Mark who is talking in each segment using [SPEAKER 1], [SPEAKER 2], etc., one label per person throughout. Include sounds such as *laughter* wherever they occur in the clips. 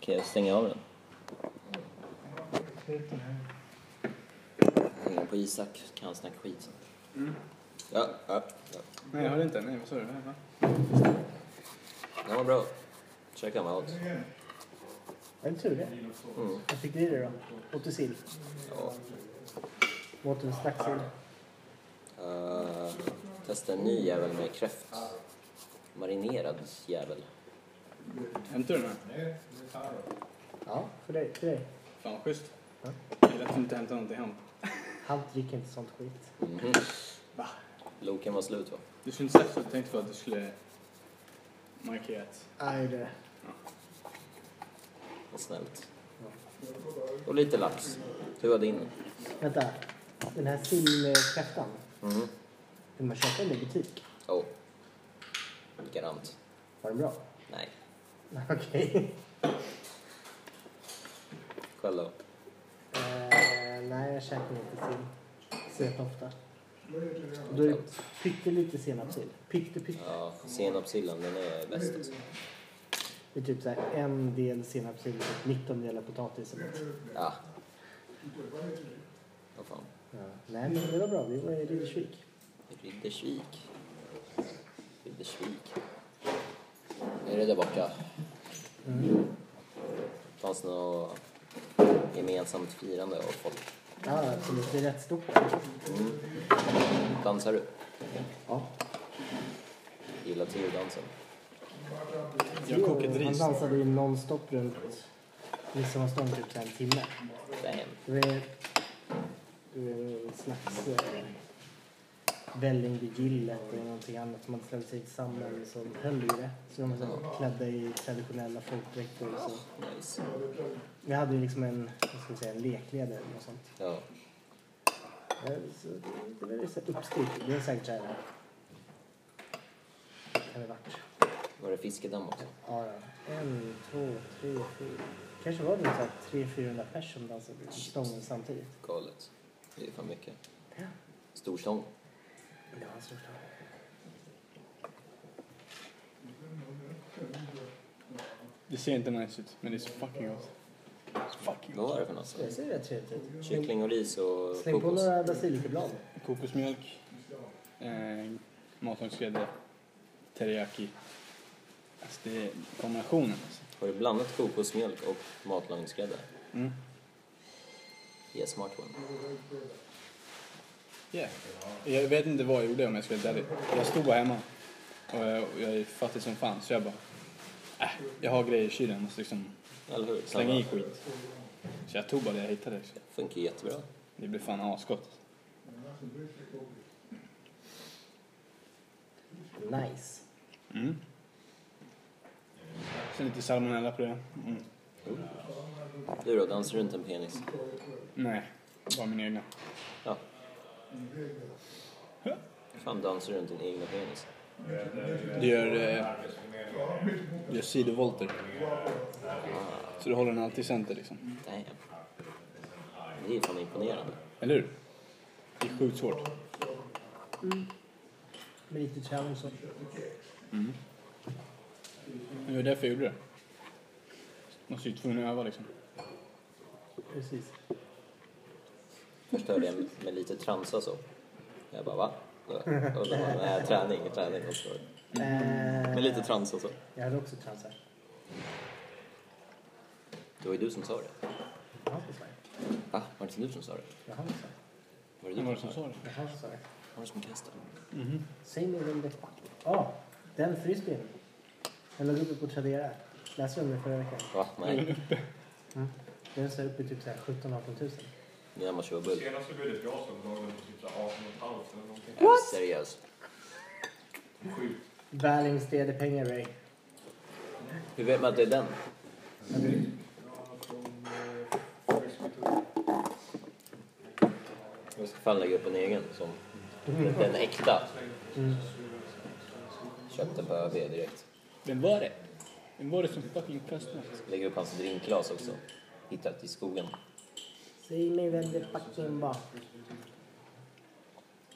[SPEAKER 1] och eh, stänga av den.
[SPEAKER 2] Ut den här.
[SPEAKER 1] Ringen på Isak kan snacka skit. så. Ja, ja, ja.
[SPEAKER 3] Nej, jag hörde inte. Nej, vad sa du? Va?
[SPEAKER 1] Den var bra. Käkade han mat.
[SPEAKER 2] Var det tur det?
[SPEAKER 1] Mm.
[SPEAKER 2] Vad fick ni det då? Åt du sill?
[SPEAKER 1] Ja.
[SPEAKER 2] Åt du snacksill?
[SPEAKER 1] Eh, testade en ny jävel med kräft. Marinerad jävel.
[SPEAKER 3] Hämtade du den här?
[SPEAKER 2] Ja, för dig. För dig.
[SPEAKER 3] Fan, vad schysst.
[SPEAKER 2] Ja.
[SPEAKER 3] Jag lät inte hämta någonting hem.
[SPEAKER 2] Han dricker inte sånt skit.
[SPEAKER 1] Mhm.
[SPEAKER 3] Va?
[SPEAKER 1] Loken var slut va?
[SPEAKER 3] Du syns sagt så jag tänkte på att du skulle markera ett...
[SPEAKER 2] Nej, det...
[SPEAKER 1] Vad snällt. Och lite lax. Du var din.
[SPEAKER 2] Vänta. Den här sillkräftan.
[SPEAKER 1] Mhm.
[SPEAKER 2] Vill man köpa den i butik?
[SPEAKER 1] Ja. Garant.
[SPEAKER 2] Var den bra?
[SPEAKER 1] Nej.
[SPEAKER 2] *laughs* Okej.
[SPEAKER 1] Själv då?
[SPEAKER 2] Eh, nej, jag käkar inte sill. Söt ofta. Och då är det pyttelite senapssill. Pytte, pytte.
[SPEAKER 1] Ja, senapssillen den är bäst alltså.
[SPEAKER 2] Det är typ så här en del senapssill och typ 19 delar potatis. eller något.
[SPEAKER 1] Ja. Vad fan.
[SPEAKER 2] Ja. Nej, men det var bra. Vi var i Riddersvik.
[SPEAKER 1] Riddersvik. Riddersvik. Är det där borta?
[SPEAKER 2] Mm.
[SPEAKER 1] Fanns det något gemensamt firande av folk?
[SPEAKER 2] Ja, absolut. Det är rätt stort. där.
[SPEAKER 1] Dansar du?
[SPEAKER 2] Ja.
[SPEAKER 1] Gillar teodansen?
[SPEAKER 3] Jag kokade
[SPEAKER 2] Han
[SPEAKER 3] ris.
[SPEAKER 2] dansade ju nonstop runt midsommarstången typ så här en timme.
[SPEAKER 1] Damn.
[SPEAKER 2] Det var det var en slags eh, välling vid gillet och någonting annat som hade slagit sig samman som höll i det. Så de var så här klädda i traditionella folkdräkter och så.
[SPEAKER 1] Nice.
[SPEAKER 2] Vi hade ju liksom en, vad ska vi säga, en lekledare eller något sånt.
[SPEAKER 1] Ja.
[SPEAKER 2] Eh, Så det var ju så här uppstyrt. Det är säkert så här... Kan det ha varit?
[SPEAKER 1] Var det fiskedamm också?
[SPEAKER 2] Ja, ja. En, två, tre, fyra. Kanske var det så här 300-400 pers som dansade i stången samtidigt.
[SPEAKER 1] Galet. Det är fan mycket.
[SPEAKER 2] Ja.
[SPEAKER 1] Stor sång.
[SPEAKER 2] Det var hans första.
[SPEAKER 3] Det ser inte nice ut, men det är så fucking gott. Så fucking
[SPEAKER 1] Vad
[SPEAKER 3] gott.
[SPEAKER 1] var det för något?
[SPEAKER 2] Det ser rätt trevligt ut.
[SPEAKER 1] Kyckling och ris och
[SPEAKER 2] Släng på
[SPEAKER 1] kokos?
[SPEAKER 2] några basilikablad.
[SPEAKER 3] Kokosmjölk, eh, matångsgrädde, teriyaki. Alltså, det är kombinationen. Alltså.
[SPEAKER 1] Har du blandat kokosmjölk och matlagningsgrädde?
[SPEAKER 3] Mm.
[SPEAKER 1] Yeah, smart one.
[SPEAKER 3] Yeah. Jag vet inte vad jag gjorde om jag skulle vara ärlig. Jag stod bara hemma. Och jag, och jag är fattig som fan, så jag bara... Äh, jag har grejer i kylen, jag måste liksom
[SPEAKER 1] Eller hur?
[SPEAKER 3] slänga i skit. Så jag tog bara det jag hittade. Liksom.
[SPEAKER 1] Funkar jättebra.
[SPEAKER 3] Det blev fan asgott.
[SPEAKER 2] Nice.
[SPEAKER 3] Mm. Sen lite salmonella på det. Mm.
[SPEAKER 1] Du då, dansar runt en penis?
[SPEAKER 3] Nej, bara min egna.
[SPEAKER 1] Ja. Fan, dansar runt din egna penis?
[SPEAKER 3] Du gör, eh, du gör sidovolter. Så du håller den alltid i center liksom.
[SPEAKER 1] Damn. Det är fan imponerande.
[SPEAKER 3] Eller hur? Det är sjukt svårt.
[SPEAKER 2] Med lite challenge så.
[SPEAKER 3] Men Det var därför jag gjorde det. Man är ju tvungen att öva liksom.
[SPEAKER 2] Precis.
[SPEAKER 1] Först hörde jag med lite transa så. Jag bara, va? Och då bara, nej, träning, träning. Och så.
[SPEAKER 2] Eh,
[SPEAKER 1] Mm. Med lite transa så.
[SPEAKER 2] Jag hade också transar.
[SPEAKER 1] Det var ju du som sa det.
[SPEAKER 2] Jag har transar.
[SPEAKER 1] Va? Var det inte du som sa det?
[SPEAKER 2] Jag har transar.
[SPEAKER 1] Var det
[SPEAKER 3] Vem var
[SPEAKER 1] du
[SPEAKER 3] det som sa det?
[SPEAKER 2] Jag har transar.
[SPEAKER 1] Var det som kastade?
[SPEAKER 2] Säg mig vem det är. Ja, den frisbeen. Den låg uppe på Tradera. Läste du om det förra veckan?
[SPEAKER 1] Va? Nej.
[SPEAKER 2] Den står uppe i typ så här 17 18 000.
[SPEAKER 1] Nu är man kör bull.
[SPEAKER 4] Senast så budet jag såg låg den på typ så här 18,5 eller någonting.
[SPEAKER 1] What? Seriös.
[SPEAKER 4] Sjukt.
[SPEAKER 2] Väl investerade pengar, Ray.
[SPEAKER 1] Hur vet man att det är den? Jag ska fan lägga upp en egen som den äkta. Köpte på ÖB direkt.
[SPEAKER 3] Vem var det? Vem var det som fucking fastnade?
[SPEAKER 1] Lägger upp hans drinkglas också. Hittat i skogen.
[SPEAKER 2] Säg mig vem det fucking var.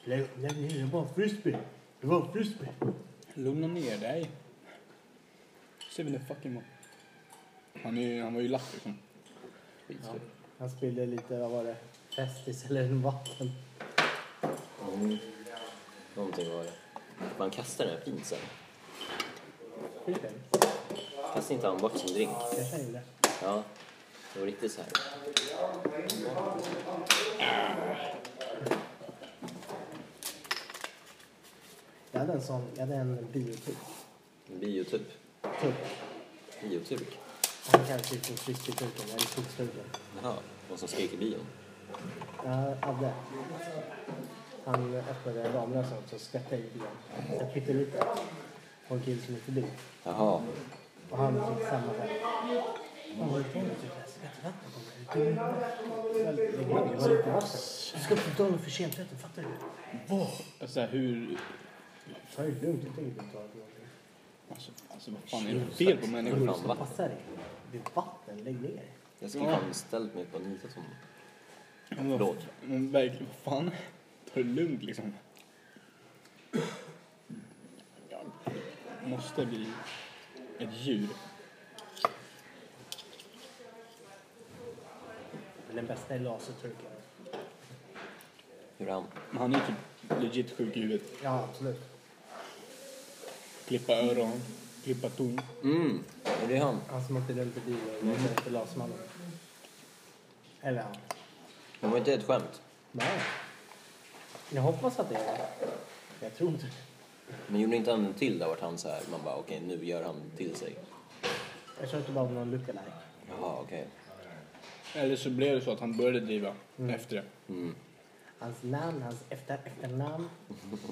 [SPEAKER 2] Lägg lägg ner, det var en frisbee. Det var en frisbee.
[SPEAKER 3] Lugna ner dig. Se vem det fucking var. Han, är ju, han var ju lack liksom. Skitful.
[SPEAKER 2] Han spillde lite, vad var det, Festis eller en vatten.
[SPEAKER 1] Någonting var det. Man kastar den här pinsen.
[SPEAKER 2] Fick den?
[SPEAKER 1] Kastar inte han bort sin drink?
[SPEAKER 2] Kanske han gjorde.
[SPEAKER 1] Ja. Det var riktigt så här.
[SPEAKER 2] Jag hade en sån, jag hade en biotyp.
[SPEAKER 1] En Biotyp.
[SPEAKER 2] Typ.
[SPEAKER 1] Bioturk.
[SPEAKER 2] Han kanske gick mot fisketurken, eller skogsturken.
[SPEAKER 1] Jaha. Någon som skrek i bion.
[SPEAKER 2] Ja, Adde. Han öppnade ramlösa och så skvättade i bilen. Så pyttelite. På en kille som gick förbi.
[SPEAKER 1] Jaha.
[SPEAKER 2] Och han fick samma sak. Han var ifrån typ såhär, skvättvatten kommer. Det är dumt. Det var- det var lite vatten. Du ska inte ta någon försentheter, fattar du?
[SPEAKER 3] Alltså hur...
[SPEAKER 2] Ta det lugnt, jag tänker inte ta det någonting.
[SPEAKER 3] Alltså, alltså vad fan är det fel på människor?
[SPEAKER 1] Fan, vatten.
[SPEAKER 2] Passa dig. Det är vatten, lägg ner.
[SPEAKER 1] Jag skulle fan ställt mig på Anita som...
[SPEAKER 3] Men vad-
[SPEAKER 1] Förlåt.
[SPEAKER 3] Men verkligen, vad fan? Ta det lugnt liksom. Jag måste bli ett djur.
[SPEAKER 2] Men den bästa är laserturken.
[SPEAKER 1] Hur är han?
[SPEAKER 3] Men han är ju typ legit sjuk i huvudet.
[SPEAKER 2] Ja, absolut.
[SPEAKER 3] Klippa öron, klippa ton.
[SPEAKER 1] Mm. Är det han?
[SPEAKER 2] Han som åkte runt typ i bilen och letade efter lasermannen. Eller han.
[SPEAKER 1] Det var inte ett skämt.
[SPEAKER 2] Nej. Jag hoppas att det är det. Jag tror inte det.
[SPEAKER 1] Men gjorde inte han en till där vart han så här, man bara okej nu gör han till sig.
[SPEAKER 2] Jag tror att det bara var någon lookalike.
[SPEAKER 1] Jaha okej.
[SPEAKER 3] Eller så blev det så att han började driva efter det.
[SPEAKER 1] Mm.
[SPEAKER 2] Hans namn, hans efter efternamn,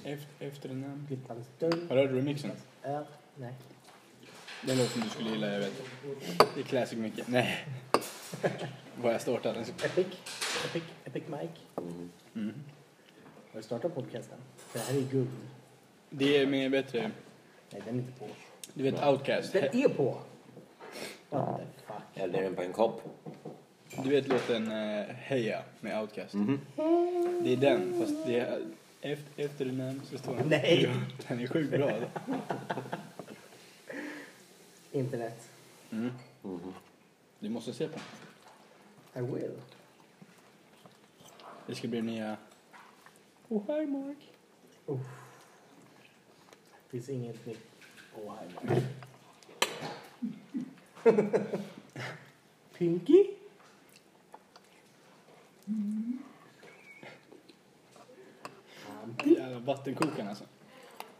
[SPEAKER 3] Efter, efter den här...
[SPEAKER 2] flippans dörr.
[SPEAKER 3] Har du hört remixen?
[SPEAKER 2] Ö. Nej.
[SPEAKER 3] Den låten du skulle gilla, jag vet. Det är classic mycket. Nej. *laughs* Vad jag startade.
[SPEAKER 2] Epic. Epic. Epic Mike.
[SPEAKER 1] Mm.
[SPEAKER 3] Mm.
[SPEAKER 2] Har du startat podcasten? För det här är guld.
[SPEAKER 3] Det är mer bättre.
[SPEAKER 2] Nej, den är inte på.
[SPEAKER 3] Du vet Outcast?
[SPEAKER 2] Den är på! What the fuck?
[SPEAKER 1] Jag hällde den på en kopp.
[SPEAKER 3] Du vet låten eh, Heja med Outcast?
[SPEAKER 1] Mhm.
[SPEAKER 3] Det är den, fast det är efter, efter den här så står den.
[SPEAKER 2] Nej.
[SPEAKER 3] Jo, *laughs* Den är sjukt bra. då.
[SPEAKER 2] Internet.
[SPEAKER 3] Mm.
[SPEAKER 1] Mhm.
[SPEAKER 3] Du måste se på den.
[SPEAKER 2] I will.
[SPEAKER 3] Det ska bli nya... Oh, hi Mark.
[SPEAKER 2] finns inget nytt. Oh, hi. *laughs* Pinky?
[SPEAKER 3] Jävla vattenkokaren alltså.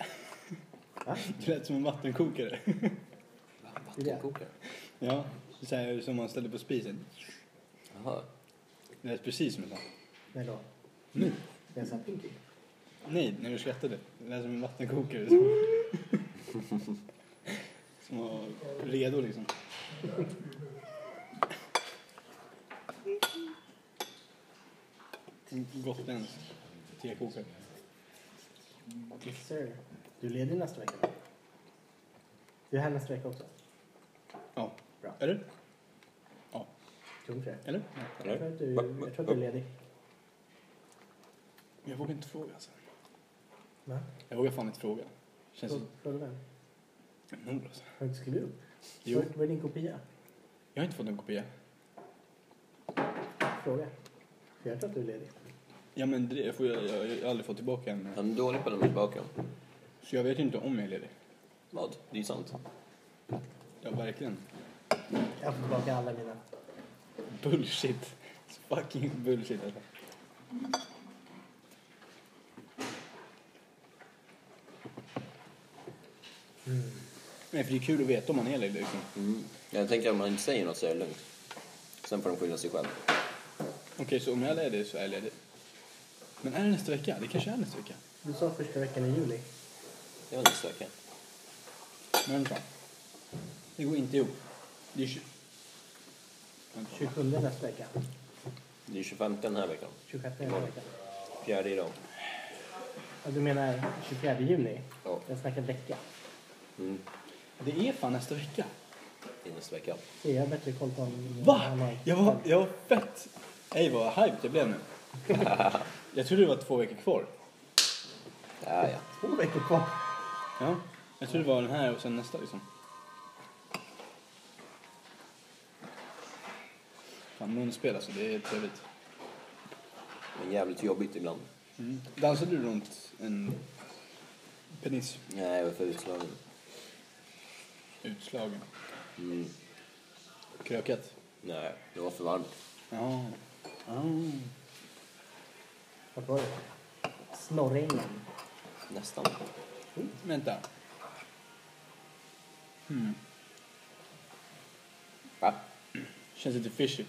[SPEAKER 3] *laughs*
[SPEAKER 2] Va?
[SPEAKER 3] Du lät som en vattenkokare.
[SPEAKER 1] Vattenkokare.
[SPEAKER 3] Ja, så här, som man ställer på spisen.
[SPEAKER 1] Jaha.
[SPEAKER 3] Det lät precis som en sån.
[SPEAKER 2] Nej då.
[SPEAKER 3] Nu?
[SPEAKER 2] Jag sa Pinky.
[SPEAKER 3] Nej, när du skrattade. Det lät som en vattenkokare. Som, som var redo liksom. Gotländsk tekokare.
[SPEAKER 2] Yes, sir. Du leder nästa vecka. Du är här nästa vecka också.
[SPEAKER 3] Ja.
[SPEAKER 2] Bra.
[SPEAKER 3] Eller?
[SPEAKER 2] Tror inte det.
[SPEAKER 3] Eller?
[SPEAKER 2] Jag tror att du, jag tror att du är ledig.
[SPEAKER 3] Jag vågar inte fråga alltså.
[SPEAKER 2] Va?
[SPEAKER 3] Jag vågar fan inte fråga. Känns som
[SPEAKER 2] Fråga vem?
[SPEAKER 3] nord alltså.
[SPEAKER 2] Har du inte skrivit upp?
[SPEAKER 3] Jo,
[SPEAKER 2] Var- Var är din kopia?
[SPEAKER 3] jag har inte fått en kopia.
[SPEAKER 2] Fråga. För jag tror att du är ledig.
[SPEAKER 3] Ja men det, jag, får, jag, jag, jag har aldrig fått tillbaka en.
[SPEAKER 1] Han är dålig på att lämna tillbaka dem.
[SPEAKER 3] Så jag vet ju inte om jag är ledig.
[SPEAKER 1] Vad? Det är ju sant.
[SPEAKER 3] Ja, verkligen.
[SPEAKER 2] Jag får tillbaka alla mina.
[SPEAKER 3] Bullshit. Fucking bullshit alltså. Mm. Nej, för det är kul att veta om man är ledig liksom.
[SPEAKER 1] Mm. Jag tänker om han inte säger något så är det lugnt. Sen får de skylla sig själv.
[SPEAKER 3] Okej, så om jag är ledig så är jag ledig. Men är det nästa vecka? Det kanske är nästa vecka.
[SPEAKER 2] Du sa första veckan i juli.
[SPEAKER 1] Det var inte så okej.
[SPEAKER 3] Men fan. Det går inte ihop. Det är 20...
[SPEAKER 2] 27 nästa vecka.
[SPEAKER 1] Det är 25 den här veckan.
[SPEAKER 2] 26 nästa vecka.
[SPEAKER 1] Fjärde idag.
[SPEAKER 2] Ja, du menar 24 juni?
[SPEAKER 1] Ja.
[SPEAKER 2] Jag snackar vecka.
[SPEAKER 1] Mm.
[SPEAKER 3] Det är fan nästa vecka.
[SPEAKER 1] Det är nästa vecka.
[SPEAKER 2] Så jag har bättre koll på om...
[SPEAKER 3] Va? Jag var, jag var fett... Ej, vad hyped jag blev nu. *laughs* jag trodde det var två veckor kvar.
[SPEAKER 1] Ja, ja.
[SPEAKER 2] Två veckor kvar.
[SPEAKER 3] Ja, jag tror det var den här och sen nästa liksom. Fan, munspel alltså, det är trevligt.
[SPEAKER 1] Men jävligt jobbigt ibland.
[SPEAKER 3] Mm. Dansar du runt en penis?
[SPEAKER 1] Nej, jag var för utslagen.
[SPEAKER 3] Utslagen.
[SPEAKER 1] Mm.
[SPEAKER 3] Krökat?
[SPEAKER 1] Nej, det var för varmt.
[SPEAKER 3] Ja. Ja.
[SPEAKER 2] Vart var det? Snorringen.
[SPEAKER 1] Nästan.
[SPEAKER 3] Vänta. Hmm. Ah.
[SPEAKER 1] Va?
[SPEAKER 3] Känns lite fishy.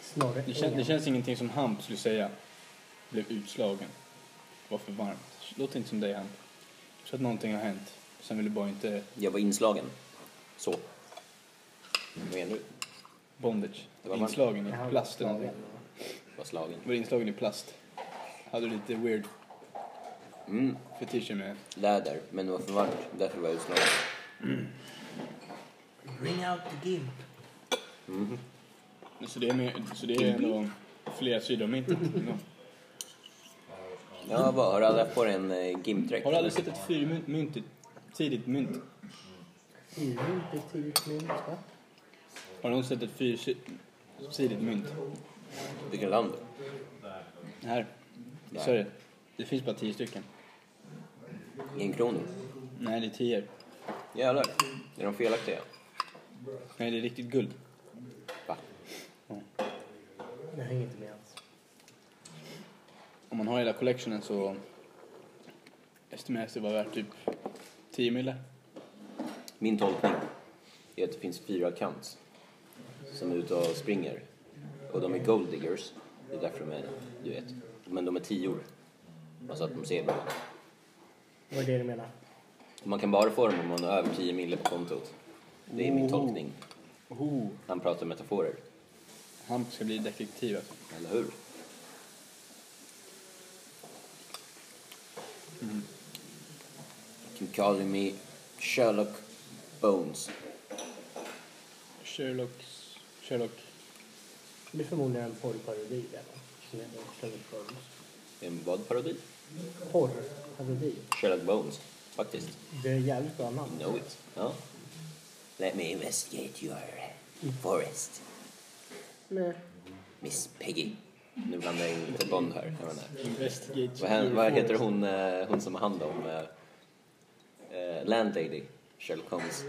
[SPEAKER 2] Snorringen.
[SPEAKER 3] Det, kän, det känns ingenting som Hamp skulle säga. Blev utslagen. Var för varmt. Låter inte som dig Hamp. Så att någonting har hänt. Sen vill du bara inte
[SPEAKER 1] Jag var inslagen. Så. Vad menar du?
[SPEAKER 3] bondage.
[SPEAKER 1] Det var varmt.
[SPEAKER 3] inslagen
[SPEAKER 2] Ja,
[SPEAKER 3] i plast eller någonting.
[SPEAKER 2] slagen, va?
[SPEAKER 1] Var slagen.
[SPEAKER 3] Var inslagen i plast. Hade du lite weird
[SPEAKER 1] Mm.
[SPEAKER 3] fetischer med.
[SPEAKER 1] Läder, men det var för varmt. Därför var jag utslagen.
[SPEAKER 2] Ring out the gimp.
[SPEAKER 3] Så det är, med, så det är ändå flera sidor om myntet. Ja.
[SPEAKER 1] Ja, vad, har du aldrig haft på dig en eh, Gimp-dräkt?
[SPEAKER 3] Har du aldrig sett ett fyrmynt, mynt, ett tidigt mynt?
[SPEAKER 2] Fyra inte tidigt mynt va?
[SPEAKER 3] Har du någonsin sett ett fyrsidigt mynt?
[SPEAKER 1] Vilken land?
[SPEAKER 3] Här. I
[SPEAKER 1] Nej.
[SPEAKER 3] Sverige. Det finns bara tio stycken.
[SPEAKER 1] En krona?
[SPEAKER 3] Nej, det är tio.
[SPEAKER 1] Jävlar. Är de felaktiga?
[SPEAKER 3] Nej, det är riktigt guld.
[SPEAKER 1] Va?
[SPEAKER 2] Jag hänger inte med alls.
[SPEAKER 3] Om man har hela collectionen så estimeras det vara värt typ 10 mille.
[SPEAKER 1] Min tolkning är att det finns fyra kants som är ute och springer. Och de är gold diggers. Det är därför de är, du vet. Men de är tior. Alltså att de ser bra.
[SPEAKER 2] Vad är det du menar?
[SPEAKER 1] Man kan bara få dem om man har över 10 mille på kontot. Det är min
[SPEAKER 3] Oh.
[SPEAKER 1] tolkning.
[SPEAKER 3] Oh,
[SPEAKER 1] Han pratar metaforer.
[SPEAKER 3] han ska bli detektiv alltså.
[SPEAKER 1] Eller hur? You calling me Sherlock Bones.
[SPEAKER 3] Sherlock... Sherlock...
[SPEAKER 2] Det blir förmodligen en porrparodi där va? Som heter Sherlock Holmes.
[SPEAKER 1] En vad parodi?
[SPEAKER 2] Porrparodi.
[SPEAKER 1] Sherlock Bones. Faktiskt.
[SPEAKER 2] alltså Det är jävligt bra namn.
[SPEAKER 1] Know it. Ja. Let me investigate your forest,
[SPEAKER 2] Nej.
[SPEAKER 1] Miss Peggy. Nu blandar jag in lite Bond här. Jag menar.
[SPEAKER 3] Investigate...
[SPEAKER 1] Vad, hän- vad heter
[SPEAKER 3] Forest.
[SPEAKER 1] hon, eh, hon som har hand om eh, eh, Landlady, Sherlock Holmes?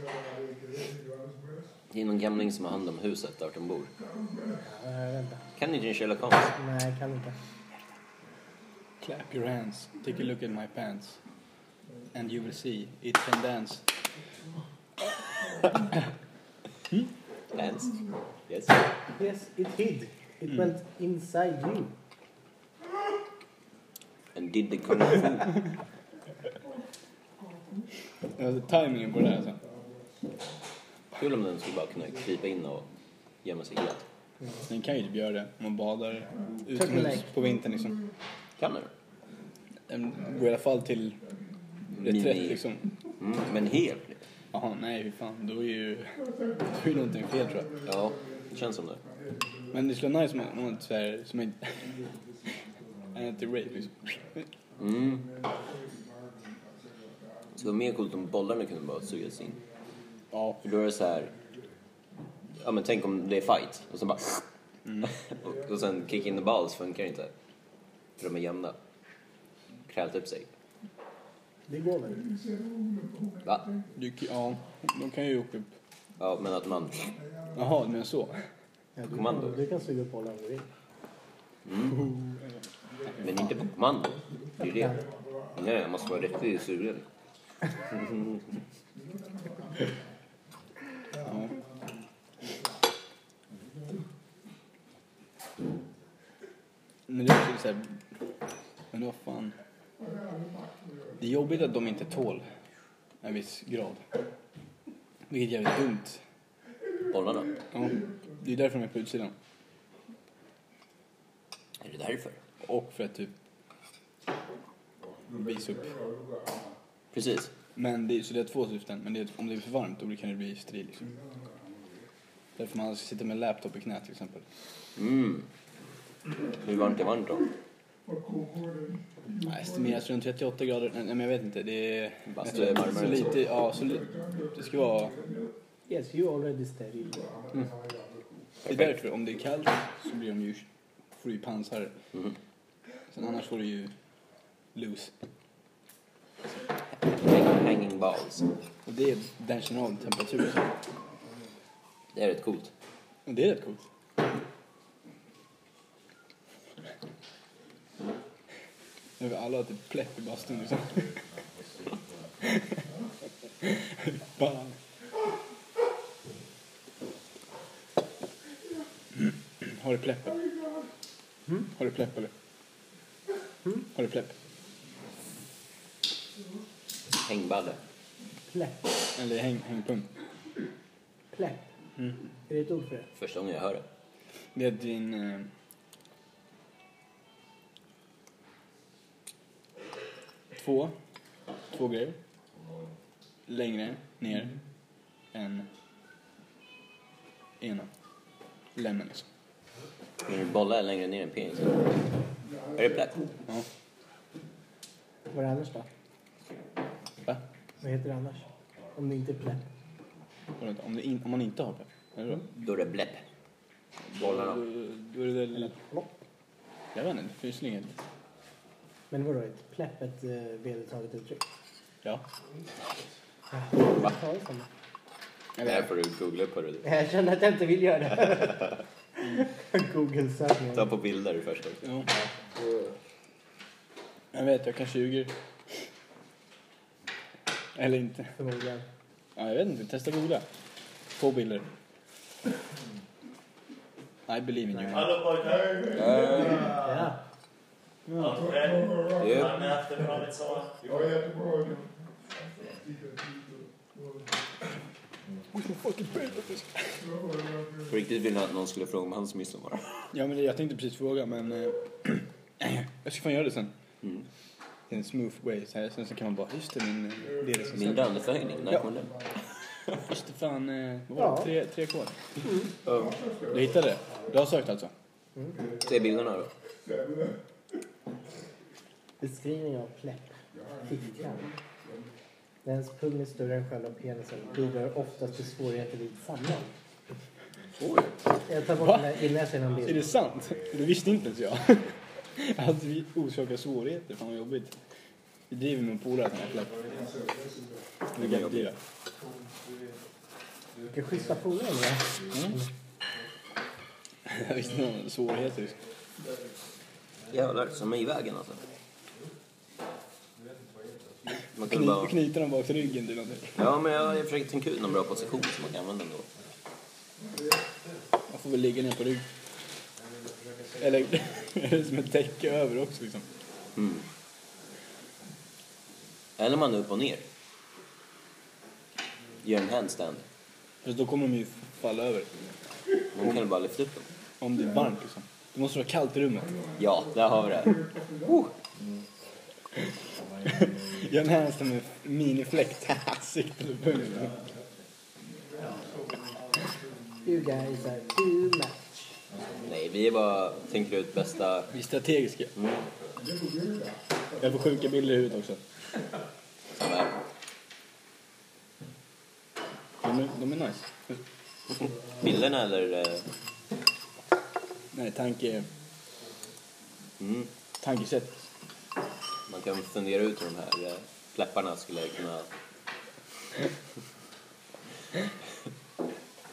[SPEAKER 1] Det är någon gamling som har hand om huset där de bor.
[SPEAKER 2] Nej, vänta.
[SPEAKER 1] Kan inte din Sherlock Holmes?
[SPEAKER 2] Nej, jag kan inte.
[SPEAKER 3] Clap your hands, take a look at my pants. And you will see, it can dance.
[SPEAKER 1] Lance? Yes.
[SPEAKER 2] Yes, it hid. It went inside you.
[SPEAKER 1] And did the kung fu?
[SPEAKER 3] Alltså, timingen på det här alltså.
[SPEAKER 1] Kul om den skulle bara kunna krypa in och gömma sig helt.
[SPEAKER 3] Den kan ju typ göra det om man badar
[SPEAKER 2] Turtle
[SPEAKER 3] utomhus
[SPEAKER 2] Lake.
[SPEAKER 3] på vintern liksom.
[SPEAKER 1] Kan den?
[SPEAKER 3] Den går i alla fall till reträtt
[SPEAKER 1] Mini-
[SPEAKER 3] liksom.
[SPEAKER 1] Mm, men helt?
[SPEAKER 3] Jaha, nej fy fan. Då är ju då är någonting fel tror jag.
[SPEAKER 1] Ja, det känns som det.
[SPEAKER 3] Men det skulle vara nice om man- om man så här, som en *laughs* anti-rape liksom.
[SPEAKER 1] Mm. Det skulle vara mer coolt om bollarna kunde bara sugas in.
[SPEAKER 3] Ja,
[SPEAKER 1] För då är det så här... Ja men tänk om det är fight och så bara... *laughs* och, och sen kick in the balls funkar inte. För de är jämna. Krält upp sig.
[SPEAKER 2] Det går väl?
[SPEAKER 1] Va?
[SPEAKER 3] du, kan- ja, de kan ju åka upp.
[SPEAKER 1] Ja men att man...
[SPEAKER 3] Jaha, men så.
[SPEAKER 2] Ja, du,
[SPEAKER 1] Kommando.
[SPEAKER 2] kan, du kan suga på den du vill.
[SPEAKER 1] Mm. Men inte på kommando. Det är det. Nej, jag måste vara rätt i sugen.
[SPEAKER 3] Ja. Men det är också såhär... Men vad fan. Det är jobbigt att de inte tål en viss grad. Vilket är jävligt dumt.
[SPEAKER 1] Bollarna.
[SPEAKER 3] Ja, det är därför de är på utsidan.
[SPEAKER 1] Är det därför?
[SPEAKER 3] Och för att typ visa upp.
[SPEAKER 1] Precis.
[SPEAKER 3] Men det, är- så det är två syften. Men det, är- om det är för varmt då kan det bli strid liksom. Därför man ska sitta med laptop i knät till exempel.
[SPEAKER 1] Mm. Hur varmt det varmt då?
[SPEAKER 3] Nej, estimeras runt 38 grader. Nej, men jag vet inte. Det är...
[SPEAKER 1] Fast det är varmare
[SPEAKER 3] så
[SPEAKER 1] än så.
[SPEAKER 3] lite, ja, så li, Det ska vara...
[SPEAKER 2] Yes, you already sterile.
[SPEAKER 3] Det är
[SPEAKER 1] Perfekt.
[SPEAKER 3] därför, om det är kallt så blir de ju, får du ju pansar.
[SPEAKER 1] Mhm.
[SPEAKER 3] Sen annars får du ju loose.
[SPEAKER 1] Hanging balls.
[SPEAKER 3] Och det är den signaltemperatur.
[SPEAKER 1] Det är rätt coolt.
[SPEAKER 3] Och det är rätt coolt. Nu har vi alla typ pläpp i bastun liksom. *laughs* Fan. Har du pläpp eller? Har du pläpp eller? Har du pläpp?
[SPEAKER 1] Hängballe.
[SPEAKER 2] Pläpp.
[SPEAKER 3] Eller häng, hängpung?
[SPEAKER 2] Pläpp. Är det ett ord för det?
[SPEAKER 1] Första gången jag hör det.
[SPEAKER 3] Det är din... Eh... Två. Två grejer. Längre ner än ena. Lämmen liksom.
[SPEAKER 1] Min bolla är längre ner än penisen. Är det plätt?
[SPEAKER 3] Ja.
[SPEAKER 2] Vad är det annars då?
[SPEAKER 3] Va?
[SPEAKER 2] Vad heter det annars? Om det inte är pläpp.
[SPEAKER 3] Var det inte- Om, det in, om man inte har det. Är det då?
[SPEAKER 1] Då är det bläpp. Bollarna.
[SPEAKER 3] Då- Då är det väl...
[SPEAKER 2] Plopp.
[SPEAKER 3] Jag vet inte, det finns inget.
[SPEAKER 2] Men vadå, ett pläpp ett eh, vedertaget uttryck?
[SPEAKER 3] Ja.
[SPEAKER 2] Ja, jag har hört talas om det.
[SPEAKER 1] Det här får du googla på det.
[SPEAKER 2] Jag känner att jag inte vill göra det. Google-sökningar.
[SPEAKER 1] Ta på bilder först. också.
[SPEAKER 3] Jo. Jag vet, jag kanske ljuger. Eller inte.
[SPEAKER 2] Förmodligen.
[SPEAKER 3] Ja, jag vet inte. Testa googla. Två bilder. I believe in you. man.
[SPEAKER 5] Hallå pojkar!
[SPEAKER 2] Ja.
[SPEAKER 5] Allt väl?
[SPEAKER 1] Ja.
[SPEAKER 5] Han är efter Malin sa.
[SPEAKER 1] På riktigt vill jag att någon skulle fråga om hans midsommar.
[SPEAKER 3] Ja, men det- jag tänkte precis fråga, men... eh, *clears throat* jag ska fan göra det sen.
[SPEAKER 1] Mm.
[SPEAKER 3] In a smooth way. Så här. Sen så kan man bara, just det, min... eh, Det är det som
[SPEAKER 1] Min
[SPEAKER 3] sen.
[SPEAKER 1] löneförhöjning, när
[SPEAKER 3] Ja.
[SPEAKER 1] kom den?
[SPEAKER 3] Just det, fan... eh, Vad var det?
[SPEAKER 2] Ja.
[SPEAKER 3] Tre, tre kod. Du hittade det? Du har sökt alltså?
[SPEAKER 1] Se bilderna då.
[SPEAKER 2] Beskrivning av pläpp. Fickkram. När ens pung är större än själva penisen bidrar oftast till svårigheter vid samlag. Jag tar bort
[SPEAKER 3] Va?
[SPEAKER 2] den här innan jag säger någon
[SPEAKER 3] Är det
[SPEAKER 2] bild.
[SPEAKER 3] sant? Det visste inte ens jag. *laughs* Jag hade vi orsakar svårigheter. Fan vad jobbigt. Vi driver med polare som har släppt. Det är jävligt dyra.
[SPEAKER 2] Vilka schyssta polare ni är.
[SPEAKER 3] *laughs* Jag visste inte om svårigheter.
[SPEAKER 1] Jävlar, som är i vägen alltså. Man kunde
[SPEAKER 3] Kni,
[SPEAKER 1] bara...
[SPEAKER 3] knyter dem bak till ryggen till någonting.
[SPEAKER 1] Ja, men jag, jag försöker tänka ut någon bra position som man kan använda ändå.
[SPEAKER 3] Man får väl ligga ner på rygg. Eller *laughs* är det som ett täcke över också liksom.
[SPEAKER 1] Mm. Eller man är upp och ner. Gör en handstand.
[SPEAKER 3] För då kommer de ju falla över.
[SPEAKER 1] Man kan ju bara lyfta upp dem.
[SPEAKER 3] Om det är varmt liksom. Det måste vara kallt i rummet.
[SPEAKER 1] Ja, där har vi det. Oh,
[SPEAKER 3] Jag nästan med minifläkt. Sikte eller pungen.
[SPEAKER 2] You guys are too much.
[SPEAKER 1] nej, vi är bara tänker ut bästa...
[SPEAKER 3] Vi är strategiska.
[SPEAKER 1] Mm,
[SPEAKER 3] Jag får sjuka bilder i huvudet också.
[SPEAKER 1] som är.
[SPEAKER 3] De är, de är nice.
[SPEAKER 1] Bilderna eller... eh,
[SPEAKER 3] Nej, tanke,
[SPEAKER 1] Mm,
[SPEAKER 3] tankesätt.
[SPEAKER 1] man kan fundera ut hur de här eh, pläpparna skulle kunna...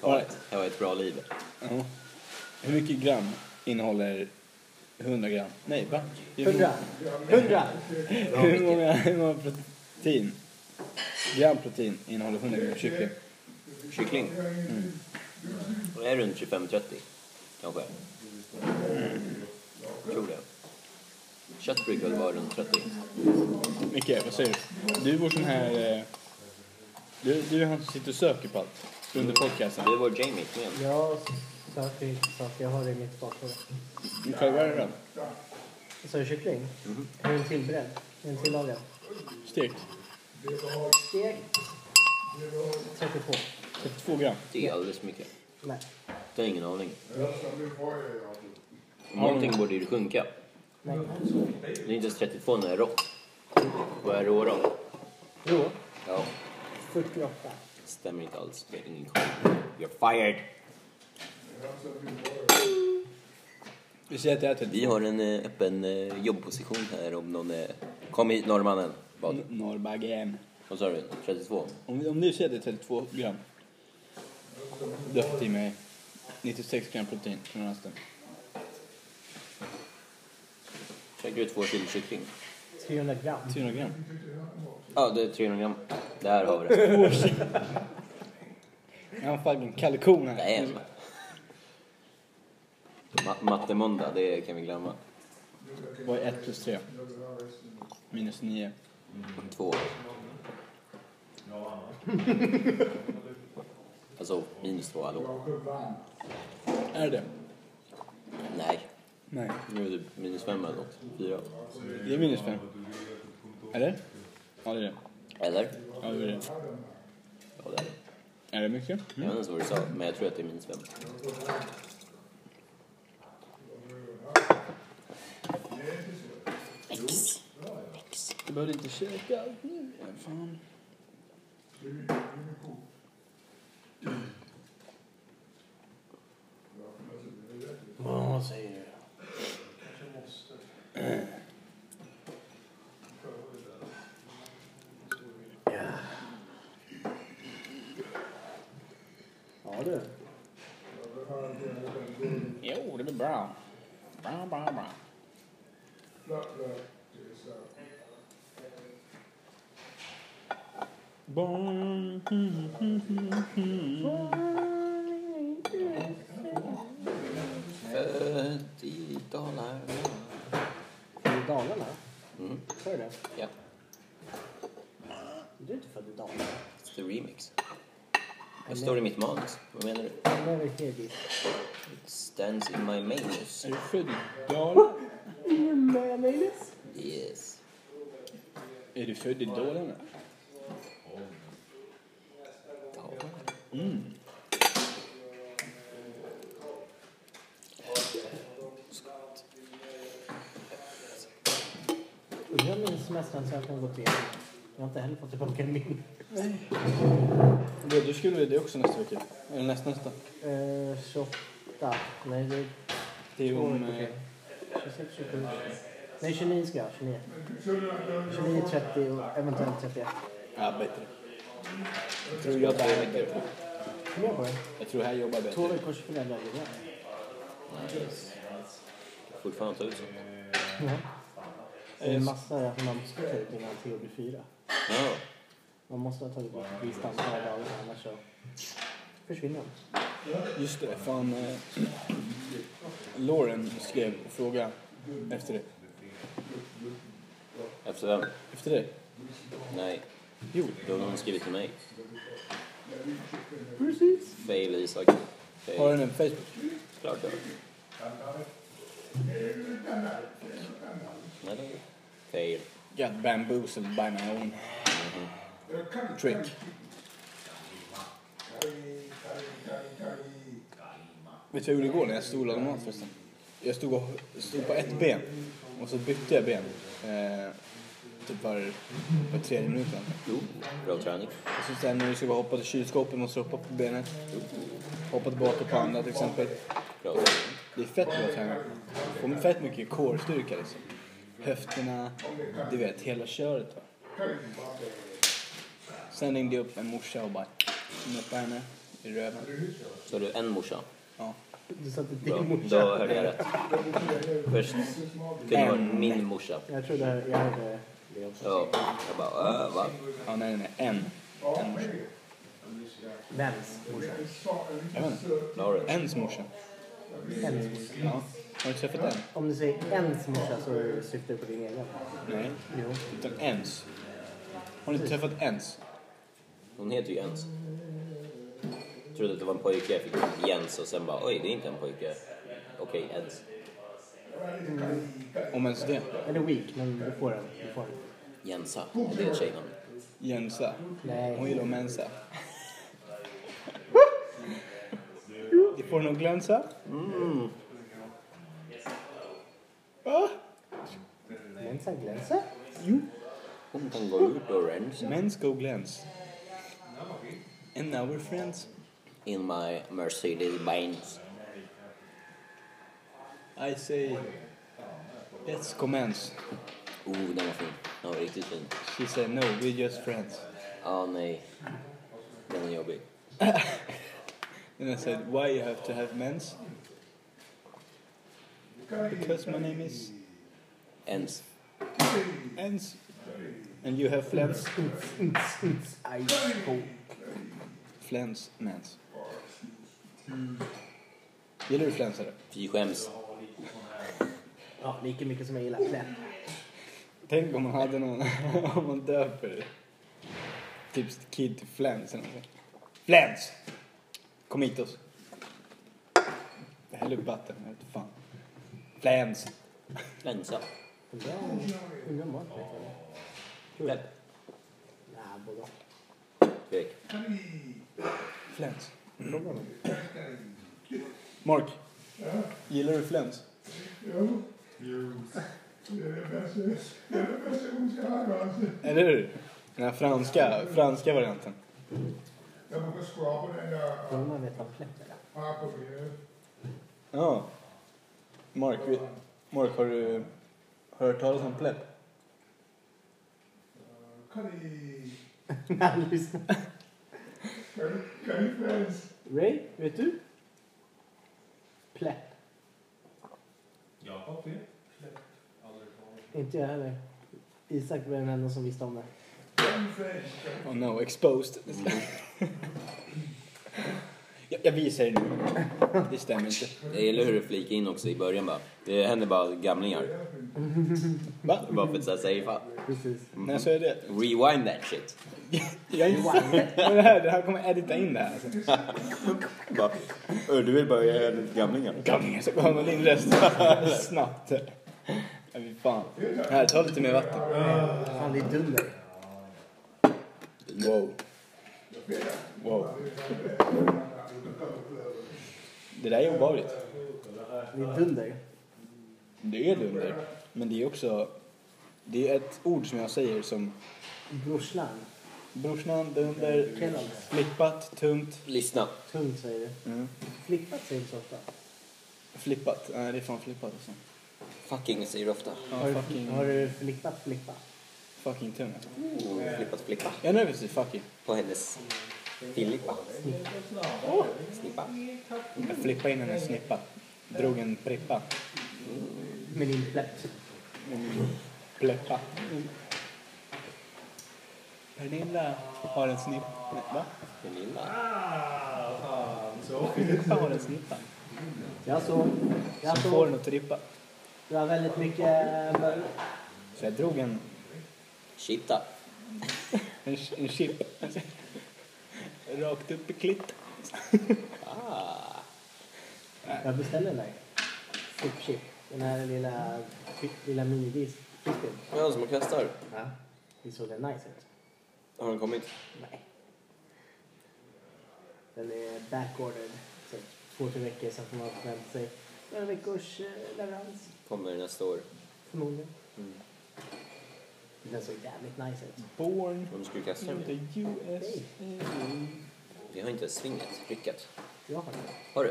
[SPEAKER 3] All right.
[SPEAKER 1] ha ett bra liv.
[SPEAKER 3] Ja. Hur mycket gram innehåller 100 gram? Nej, va? Hur-
[SPEAKER 2] 100. 100.
[SPEAKER 3] Hur många, hur många protein? Gram protein innehåller 100 gram kyckling.
[SPEAKER 1] Kyckling.
[SPEAKER 3] Mm.
[SPEAKER 1] Det är runt 25-30 kanske. Tror det. Kött brukar väl vara runt 30.
[SPEAKER 3] Micke, vad säger du? Du är vår sån här... eh, Du, du är han som sitter och söker på allt under podcasten.
[SPEAKER 1] Det var Jamie med.
[SPEAKER 2] Jag söker inte saker. Jag har det i mitt bakhuvud.
[SPEAKER 3] Men Själva är det ram.
[SPEAKER 2] Så är det kyckling. Är den tillberedd? Är den tillagad?
[SPEAKER 3] Stekt.
[SPEAKER 2] Stekt. 32.
[SPEAKER 3] 32 gram.
[SPEAKER 1] Det är alldeles för mycket.
[SPEAKER 2] Nej.
[SPEAKER 1] Det har ingen aning. Någonting borde ju sjunka.
[SPEAKER 2] Nej.
[SPEAKER 1] Det är inte ens 32 när det är rått. Vad är rårått?
[SPEAKER 2] Jo.
[SPEAKER 1] Ja,
[SPEAKER 2] 48.
[SPEAKER 1] stämmer inte alls. Det är ingen koll. You're fired!
[SPEAKER 3] Vi säger att jag äter
[SPEAKER 1] Vi har en eh, öppen eh, jobbposition här om någon... eh, Kom hit norrmannen, bad du.
[SPEAKER 3] Norrbagge.
[SPEAKER 1] Vad sa du? 32?
[SPEAKER 3] Om, om du säger att det är 32 gram. Döpt i mig 96 gram protein från rasten.
[SPEAKER 1] Käkar du två kilo kyckling?
[SPEAKER 2] 300 gram.
[SPEAKER 3] 300 gram.
[SPEAKER 1] Ja, det är 300 gram. Där har vi *laughs* det.
[SPEAKER 3] Jag har en fucking kalkon här.
[SPEAKER 1] Damn. Ma- Mattemåndag, det kan vi glömma.
[SPEAKER 3] Vad är 1 plus 3? Minus 9.
[SPEAKER 1] Två. Alltså, minus två, hallå?
[SPEAKER 3] Är det
[SPEAKER 1] Nej.
[SPEAKER 3] Nej.
[SPEAKER 1] Nu är det typ minus fem eller något. Fyra.
[SPEAKER 3] Det är minus 5. Eller? Ja, det är det.
[SPEAKER 1] Eller?
[SPEAKER 3] Ja, det är det.
[SPEAKER 1] Ja, det är det.
[SPEAKER 3] Är det mycket?
[SPEAKER 1] Jag vet inte ens vad du sa, men jag tror att det är minus fem.
[SPEAKER 3] Du behöver inte käka allt nu. Fan.
[SPEAKER 2] Vad säger du? Ja du.
[SPEAKER 3] Jo, det blir bra. Bra, bra, bra. Barn.
[SPEAKER 1] Född i Dalarna.
[SPEAKER 2] Är du i Dalarna?
[SPEAKER 1] Mm,
[SPEAKER 2] Sa du det?
[SPEAKER 1] ja.
[SPEAKER 2] Du är inte född i Dalarna?
[SPEAKER 1] It's the remix. Vad står det i mitt manus? Vad menar du?
[SPEAKER 2] Det är riktigt ditt.
[SPEAKER 1] It stands in my manus.
[SPEAKER 3] Är du född i Dalarna?
[SPEAKER 2] Mayonnaise?
[SPEAKER 1] Yes.
[SPEAKER 3] Är du född i Dalarna?
[SPEAKER 1] Dalarna.
[SPEAKER 2] Undrar om min semesteransökan gått igenom. Jag har inte heller fått tillbaka min.
[SPEAKER 3] Du, du skulle det också nästa vecka. Eller nästa, nästa.
[SPEAKER 2] Eh, 28. Nej, det är
[SPEAKER 3] Det är
[SPEAKER 2] två
[SPEAKER 3] om...
[SPEAKER 2] veckor
[SPEAKER 3] Eh,
[SPEAKER 2] till. 26, 27. Nej, 29 ska jag. 29. 29, 30 och eventuellt 31.
[SPEAKER 3] ja, bättre. Jag tror jag där är bättre.
[SPEAKER 2] Kom jag på det?
[SPEAKER 3] Jag tror här jobbar
[SPEAKER 2] Två
[SPEAKER 3] bättre.
[SPEAKER 2] veckors föräldraledighet.
[SPEAKER 1] Nice. Fortfarande tusen.
[SPEAKER 2] Ja. Eh, Det är massa att man ska ta ut innan TO blir fyra.
[SPEAKER 1] Ja.
[SPEAKER 2] Man måste ha tagit bort distans några dagar annars så försvinner de.
[SPEAKER 3] Just det, fan... Eh, *clears throat* Lauren skrev och frågade efter det.
[SPEAKER 1] Efter vem?
[SPEAKER 3] Efter det?
[SPEAKER 1] Nej.
[SPEAKER 3] Jo.
[SPEAKER 1] Då har någon skrivit till mig.
[SPEAKER 2] Precis.
[SPEAKER 1] Fail Isak. Fail.
[SPEAKER 3] Har den en Facebook?
[SPEAKER 1] Klart jag har. Nej, det är fail.
[SPEAKER 3] Got bamboozled by my own trick. Vet du vad jag gjorde igår när jag stod och lagade mat förresten? Jag stod, och, stod på ett ben och så bytte jag ben. Eh, typ var, var tredje minut eller nåt.
[SPEAKER 1] Jo, bra träning.
[SPEAKER 3] Och så sen när du ska bara hoppa till kylskåpet måste du hoppa på benet. Hoppa tillbaka på andra till exempel.
[SPEAKER 1] Bra träning.
[SPEAKER 3] Det är fett bra träning. Får man fett mycket core-styrka liksom. Höfterna, du vet hela köret va. Sen ringde jag upp en morsa och bara knuffade henne i röven.
[SPEAKER 1] Så har du en morsa.
[SPEAKER 3] Ja.
[SPEAKER 2] Du sa att det
[SPEAKER 1] Bra.
[SPEAKER 2] är din
[SPEAKER 1] Då
[SPEAKER 2] morsa.
[SPEAKER 1] hörde jag rätt. Först kunde det varit min morsa.
[SPEAKER 2] Jag trodde jag hörde det också.
[SPEAKER 1] Ja, jag bara äh, va?
[SPEAKER 3] ja, nej nej nej, en. En morsa.
[SPEAKER 2] Vems morsa?
[SPEAKER 3] Jag vet inte.
[SPEAKER 1] Lauren.
[SPEAKER 3] Ens morsa.
[SPEAKER 2] Ens morsa.
[SPEAKER 3] Ja. Har du träffat en?
[SPEAKER 2] Om du säger ens morsa så syftar du på din egen.
[SPEAKER 3] Nej.
[SPEAKER 2] Jo.
[SPEAKER 3] Utan ens. Har du inte träffat ens?
[SPEAKER 1] Hon heter ju Jens. Jag trodde att det var en pojke. Jag fick upp Jens och sen bara oj, det är inte en pojke. Okej, Jens.
[SPEAKER 3] Om ens det.
[SPEAKER 2] Eller weak, men du får den. Du får den.
[SPEAKER 1] Jensa. Det är ett tjejnamn.
[SPEAKER 3] Jensa. Hon
[SPEAKER 2] Nej.
[SPEAKER 3] gillar att mensa. Det får nog glänsa. Ah.
[SPEAKER 2] Glänsa, glänsa.
[SPEAKER 3] Jo.
[SPEAKER 1] Hon kan gå ut och rensa.
[SPEAKER 3] Men's go glance. And now we're friends.
[SPEAKER 1] In my Mercedes Benz.
[SPEAKER 3] I say, let's commence.
[SPEAKER 1] Oh, den var fin. Den var riktigt fin.
[SPEAKER 3] She said, no, we're just friends.
[SPEAKER 1] Ja, nej. Den är jobbig.
[SPEAKER 3] And I said, why you have to have mens? Because my name is
[SPEAKER 1] Ens.
[SPEAKER 3] Ens. And you have flens?
[SPEAKER 2] I spoke.
[SPEAKER 3] Flens, mens. Gillar du flensare?
[SPEAKER 1] Fy skäms.
[SPEAKER 2] Ja, lika mycket som jag gillar kläpp.
[SPEAKER 3] Tänk om man hade någon, *laughs* om man döper typ kid till Flens eller något. Flens! Kom hit oss. Häll upp vatten, jag vet inte fan. Flens!
[SPEAKER 1] Rensa.
[SPEAKER 2] Undrar undrar om barnet vet vad det är. Tror jag.
[SPEAKER 1] Fläck.
[SPEAKER 2] Nej, både och.
[SPEAKER 1] Tvek.
[SPEAKER 3] Flens.
[SPEAKER 2] Fråga honom.
[SPEAKER 3] Mark, gillar du Flens? Eller hur? Den här franska, franska varianten.
[SPEAKER 2] Fråga om han vet vad kläpp är. *laughs*
[SPEAKER 3] Ja. Mark, vi, Mark, har du hört talas om plepp?
[SPEAKER 2] När han lyssnar. Ray, vet du? Pläpp.
[SPEAKER 4] Jag har fel. Aldrig talat.
[SPEAKER 2] Inte jag heller. Isak var den enda som visste om det.
[SPEAKER 3] Oh no, exposed. jag, jag visar er nu. Det stämmer inte.
[SPEAKER 1] Jag gillar hur du flikar in också i början bara. Det händer bara gamlingar.
[SPEAKER 3] Va?
[SPEAKER 1] Bara för att så här säga ifall.
[SPEAKER 2] Precis.
[SPEAKER 3] När sa jag det?
[SPEAKER 1] Rewind that shit.
[SPEAKER 3] Jag är inte säker. Det här, det här kommer edita in det här. Alltså.
[SPEAKER 1] Bara, "Ö, du vill börja göra lite gamlingar?
[SPEAKER 3] Gamlingar ska komma din röst. *laughs* Snabbt. Ja, fy fan. Här, ta lite mer vatten.
[SPEAKER 2] Fan, det är dunder.
[SPEAKER 3] Wow. Wow. Det där är obehagligt.
[SPEAKER 2] Det är dunder.
[SPEAKER 3] Det är dunder. Men det är också... Det är ett ord som jag säger som...
[SPEAKER 2] Brorsan.
[SPEAKER 3] Brorsan, dunder,
[SPEAKER 2] Kellogg's.
[SPEAKER 3] flippat, tungt.
[SPEAKER 1] Lyssna.
[SPEAKER 2] Tungt säger du.
[SPEAKER 3] Mm.
[SPEAKER 2] Flippat säger du så ofta.
[SPEAKER 3] Flippat. Nej, det är fan flippat alltså.
[SPEAKER 1] Fucking säger du ofta.
[SPEAKER 3] Ja,
[SPEAKER 2] Har,
[SPEAKER 3] fucking,
[SPEAKER 2] du, har du flippat flippa?
[SPEAKER 3] fucking tung alltså.
[SPEAKER 1] Oh, flippat flicka.
[SPEAKER 3] Jag är nervös i fucking.
[SPEAKER 1] På hennes Filippa. Snippa.
[SPEAKER 3] Jag flippade in en snippa. Drog en prippa.
[SPEAKER 2] Med din pläpp.
[SPEAKER 3] Pleppa. Pernilla har en snipp... Nej, Va?
[SPEAKER 1] Pernilla.
[SPEAKER 4] Ah,
[SPEAKER 3] Pernilla har en snippa.
[SPEAKER 2] Jag såg. Jag
[SPEAKER 3] Som får
[SPEAKER 2] såg.
[SPEAKER 3] den att trippa.
[SPEAKER 2] Det var väldigt mycket eh, möll.
[SPEAKER 3] Så jag drog en...
[SPEAKER 1] Chitta.
[SPEAKER 3] En, en chip. *laughs* Rakt upp i klitt.
[SPEAKER 1] Ah.
[SPEAKER 2] Jag beställde den där. Sopchip. Den här lilla, lilla minidisken.
[SPEAKER 1] Ja, som man kastar.
[SPEAKER 2] Ja. Det såg den nice ut?
[SPEAKER 1] Har den kommit?
[SPEAKER 2] Nej. Den är backordered. Så två, tre veckor sen får man förvänta sig några veckors eh, leverans.
[SPEAKER 1] Kommer nästa år.
[SPEAKER 2] Förmodligen.
[SPEAKER 1] Mm.
[SPEAKER 2] Den såg jävligt nice ut.
[SPEAKER 3] Born
[SPEAKER 1] Om du skulle kasta
[SPEAKER 3] in
[SPEAKER 1] den.
[SPEAKER 3] the USA.
[SPEAKER 1] Vi har inte ens svinget. Ryckat.
[SPEAKER 2] Jag har den.
[SPEAKER 1] Har du?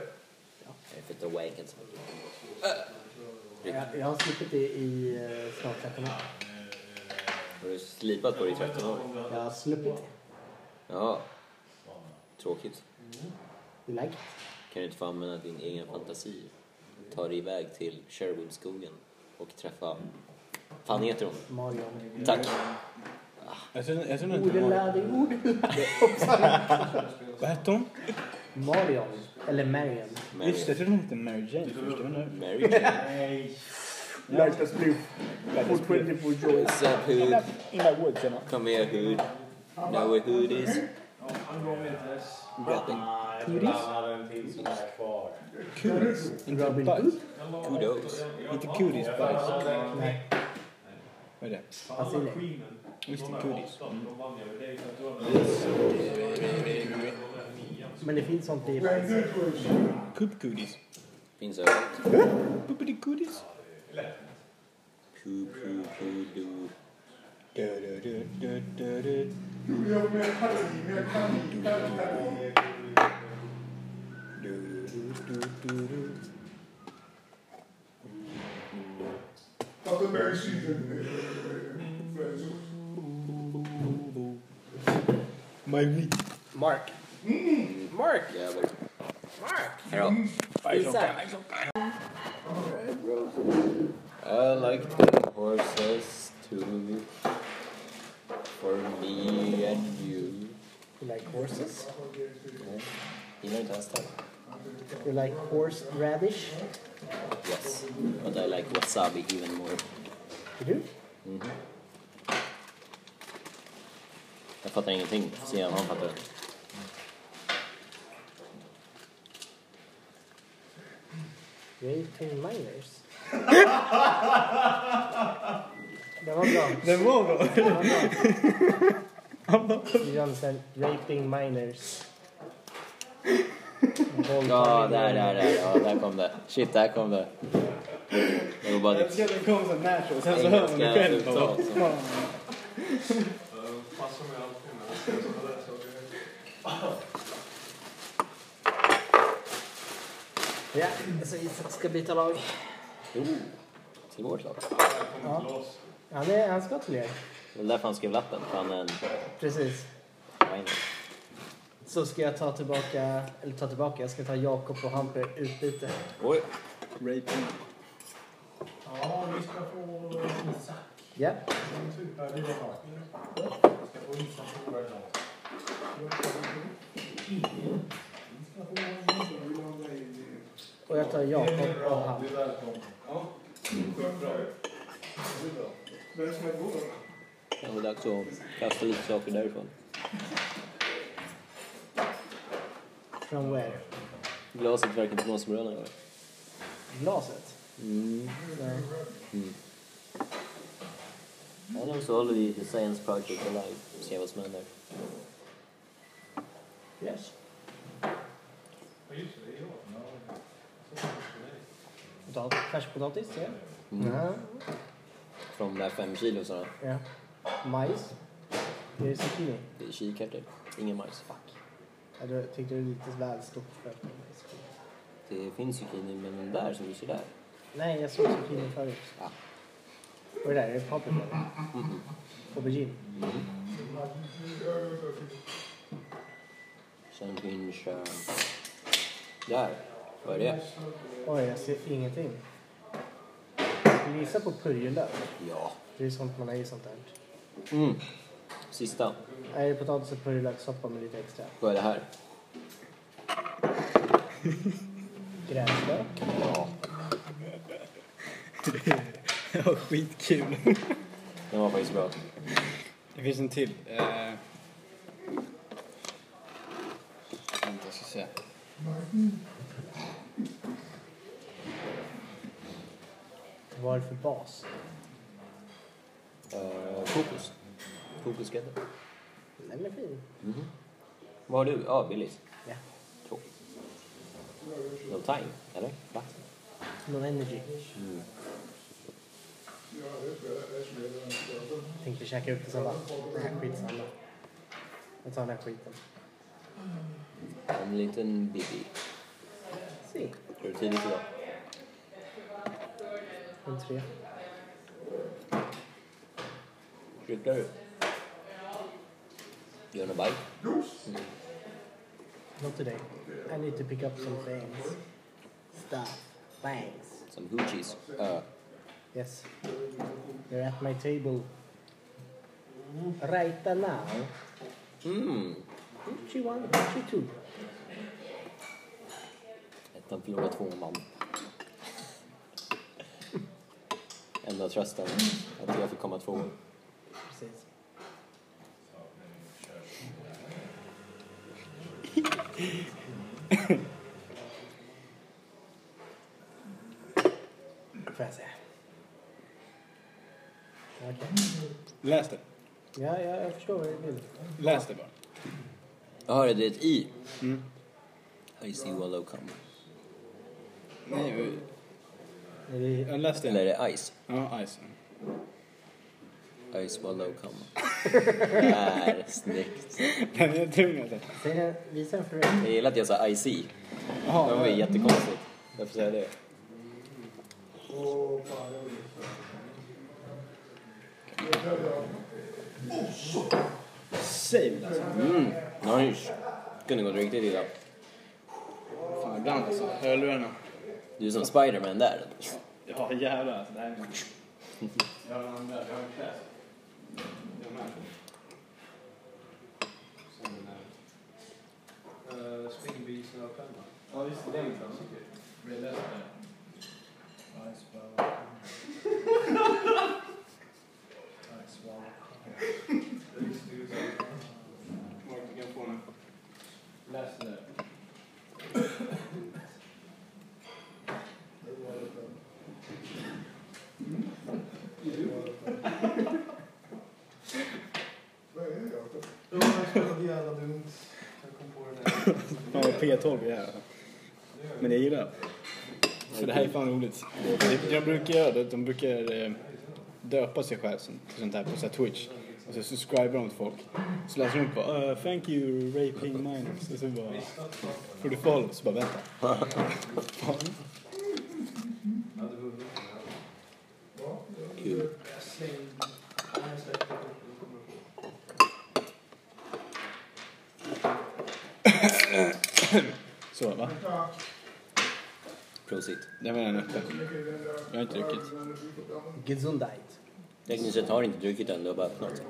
[SPEAKER 2] Ja.
[SPEAKER 1] Jag fick det wanket.
[SPEAKER 2] Jag, jag har slipit det i eh, snart 13 år.
[SPEAKER 1] Har du slipat på dig i 13 år?
[SPEAKER 2] Jag har sluppit det.
[SPEAKER 1] Ja. Tråkigt.
[SPEAKER 2] You like it?
[SPEAKER 1] Kan du inte få använda din egen fantasi? Ta dig iväg till Sherwoodskogen och träffa... Fan heter hon?
[SPEAKER 2] Mario.
[SPEAKER 1] Tack.
[SPEAKER 3] Jag tror jag tror inte det var...
[SPEAKER 2] Ordelärd i ord.
[SPEAKER 3] Vad hette hon?
[SPEAKER 2] Marion. Eller Marion.
[SPEAKER 1] Mary.
[SPEAKER 3] Just det, jag trodde hon hette Mary Jane först. Jag vet inte.
[SPEAKER 1] Mary Jane.
[SPEAKER 2] Lärtas bluff. Fortfarande på Joy.
[SPEAKER 1] What's up, hood?
[SPEAKER 3] In the woods, eller?
[SPEAKER 1] Come here, hood. Know who it is?
[SPEAKER 4] Han gav mig inte ens.
[SPEAKER 1] Nothing.
[SPEAKER 5] Nej, jag tror han hade en till sån här kvar.
[SPEAKER 3] Kulis. Inte
[SPEAKER 2] Robin
[SPEAKER 3] bajs.
[SPEAKER 2] Hood?
[SPEAKER 1] Kudos.
[SPEAKER 3] Inte kulis,
[SPEAKER 5] Jag tror
[SPEAKER 3] bajs.
[SPEAKER 5] han hade-
[SPEAKER 2] Nej.
[SPEAKER 3] Vad är det?
[SPEAKER 2] Vad säger du?
[SPEAKER 4] Queenen.
[SPEAKER 3] Just det,
[SPEAKER 4] De där
[SPEAKER 3] kulis.
[SPEAKER 4] åtta, de vann jag. Det är för att du har- de där nian.
[SPEAKER 2] Men det finns sånt i bajs.
[SPEAKER 3] Kupp-kulis.
[SPEAKER 1] Finns överallt.
[SPEAKER 3] Puppity-kulis.
[SPEAKER 1] Poo, poo, poo, do.
[SPEAKER 3] Du-du-du-du-du-du. Du-du-du-du-du-du. My week.
[SPEAKER 2] Mark. Mark.
[SPEAKER 1] Jävlar.
[SPEAKER 2] Mark.
[SPEAKER 1] Hej då.
[SPEAKER 2] Isak.
[SPEAKER 1] I like the horses too. For me and you.
[SPEAKER 2] You like horses?
[SPEAKER 1] Gillar inte hästar?
[SPEAKER 2] You like horse radish?
[SPEAKER 1] Yes. But I like wasabi even more.
[SPEAKER 2] You do?
[SPEAKER 1] Jag fattar ingenting. Se om han fattar.
[SPEAKER 2] You're eating *laughs* minors. Det var bra.
[SPEAKER 3] Den var *laughs* bra.
[SPEAKER 2] Det var bra. *laughs* You understand? Raping minors.
[SPEAKER 1] Ja, där, där, där. Ja, där kom det. Shit, där kom det. Det var bara
[SPEAKER 3] *laughs* Jag
[SPEAKER 1] ditt
[SPEAKER 3] älskar att den kom så nära och sen så hör man
[SPEAKER 1] engelska
[SPEAKER 3] den själv. bara.
[SPEAKER 1] uttal. som-
[SPEAKER 4] Passar mig alltid när jag ska spela där, så det-
[SPEAKER 2] Ja, så Alltså, Isak ska byta lag.
[SPEAKER 1] Jo, till vårt lag.
[SPEAKER 4] Jag kommer loss.
[SPEAKER 2] Han, är, han ska till er.
[SPEAKER 1] Det är därför han skrev lappen. för Han är en
[SPEAKER 2] Precis.
[SPEAKER 1] minor.
[SPEAKER 2] Så ska jag ta tillbaka, eller ta tillbaka, jag ska ta Jakob och Hamper utbyte.
[SPEAKER 1] Oj.
[SPEAKER 3] Raping.
[SPEAKER 4] Ja, vi ska få Isak.
[SPEAKER 2] Ja,
[SPEAKER 4] En typ här idag. Vi ska få Isak på vår dag.
[SPEAKER 2] och jag tar
[SPEAKER 4] Det är
[SPEAKER 2] Jakob och
[SPEAKER 4] bra,
[SPEAKER 2] Hamper.
[SPEAKER 4] du är välkommen. Ja, sjukt bra. Det är bra.
[SPEAKER 1] Ja, Det är dags att kasta lite saker därifrån.
[SPEAKER 2] Från where?
[SPEAKER 1] Glaset verkar inte vara som röna. eller?
[SPEAKER 2] Glaset? Nej.
[SPEAKER 1] And also håller vi The Science Project Alive. Se vad som händer.
[SPEAKER 2] Yes.
[SPEAKER 4] Ja, just det, det är jag. Ja.
[SPEAKER 2] Potatis, färskpotatis, ja.
[SPEAKER 1] Mm.
[SPEAKER 2] Ja.
[SPEAKER 1] Från de där fem kilo sådana.
[SPEAKER 2] ja. Majs. Är det zucchini?
[SPEAKER 1] Det är kikärtor. Ingen majs.
[SPEAKER 2] Ja, du tyckte det var lite väl stort för att vara majs.
[SPEAKER 1] Det finns zucchini men den där som du ser där.
[SPEAKER 2] Nej, jag såg zucchini förut.
[SPEAKER 1] Ja.
[SPEAKER 2] Vad är det där? Är det paprika? Aubergine?
[SPEAKER 1] Sen finns... eh, där. Vad är det?
[SPEAKER 2] Oj, jag ser ingenting. Jag skulle gissa på purjolök.
[SPEAKER 1] Ja.
[SPEAKER 2] Det är sånt man har i sånt här.
[SPEAKER 1] Mm. Sista.
[SPEAKER 2] Nej, det är potatis och purjolökssoppa med lite extra.
[SPEAKER 1] Vad är det här?
[SPEAKER 2] Gräslök.
[SPEAKER 1] Ja.
[SPEAKER 3] Det var skitkul.
[SPEAKER 1] Den var faktiskt bra.
[SPEAKER 3] Det finns en till. Eh... Vänta, jag ska se.
[SPEAKER 2] Vad är det för bas?
[SPEAKER 1] Uh, kokos. Kokosgrädde.
[SPEAKER 2] Den är fin.
[SPEAKER 1] Mm-hmm. Vad har du? Ja, Billys.
[SPEAKER 2] Ja.
[SPEAKER 1] Tråkigt. No time, eller? Va?
[SPEAKER 2] No energy. Tänkte käka upp det sen bara, det här är skitsamma. Jag tar den här skiten.
[SPEAKER 1] En liten bibbi.
[SPEAKER 2] Si.
[SPEAKER 1] Tror du tidigt idag?
[SPEAKER 2] En tre.
[SPEAKER 1] Cyklar du? Gör en bike?
[SPEAKER 2] Not today. I need to pick up some things. Stuff. Thanks.
[SPEAKER 1] Som hoochies? Ja.
[SPEAKER 2] Yes. You're at my table. Right now.
[SPEAKER 1] Mm.
[SPEAKER 2] She one, she two.
[SPEAKER 1] Ettan förlorade tvåan vann. Enda trösten att jag fick komma två år.
[SPEAKER 2] Precis. Får jag se. Okej.
[SPEAKER 3] Läs det.
[SPEAKER 2] Ja, ja, jag förstår vad du vill.
[SPEAKER 3] Läs det bara.
[SPEAKER 1] Jag hörde det är ett i. Mm. I see wallow come.
[SPEAKER 3] Nej,
[SPEAKER 2] Är det
[SPEAKER 3] jag läste
[SPEAKER 1] Eller
[SPEAKER 3] den.
[SPEAKER 1] är det ice?
[SPEAKER 3] Ja, *laughs* ice.
[SPEAKER 1] Ice wallow come. Där, snyggt.
[SPEAKER 3] Den är tung alltså.
[SPEAKER 2] Säg den, visa den för dig.
[SPEAKER 1] Jag gillar att jag sa IC. Det var
[SPEAKER 3] Jaha,
[SPEAKER 1] ju jättekonstigt. Varför säger jag det?
[SPEAKER 3] Saved alltså.
[SPEAKER 1] Mm, nice. Kunde gått riktigt illa.
[SPEAKER 3] Fan, ibland alltså. Hörlurarna.
[SPEAKER 1] Du är som Spiderman där.
[SPEAKER 3] Ja, jävlar alltså. Det här är...
[SPEAKER 5] Jag landar, jag har en kräft. Jag med. Som den här. Eh, Springbilsnöpenna. Ja, visst. Det är min klassiker. Blir lätt med. Mark, du kan få den. Läs det där.
[SPEAKER 4] Det var så jävla dumt. Jag kom på det där. *laughs*
[SPEAKER 3] Fan vad P12 vi är. alltså. Men jag gillar det. För det här är fan roligt. Det- Jag brukar göra det. De brukar eh, döpa sig själv som- till sånt här på så här Twitch. Och så subscribar de till folk. Så läser de upp bara "Uh, “Thank you raping minors” och så bara “Får du follow?” Så bara “Vänta”.
[SPEAKER 1] Kul.
[SPEAKER 3] Så va?
[SPEAKER 1] Prosit.
[SPEAKER 3] Det var en öppen. Jag har inte druckit.
[SPEAKER 2] Gesundheit.
[SPEAKER 1] Tekniskt sett har inte druckit än, du har bara öppnat.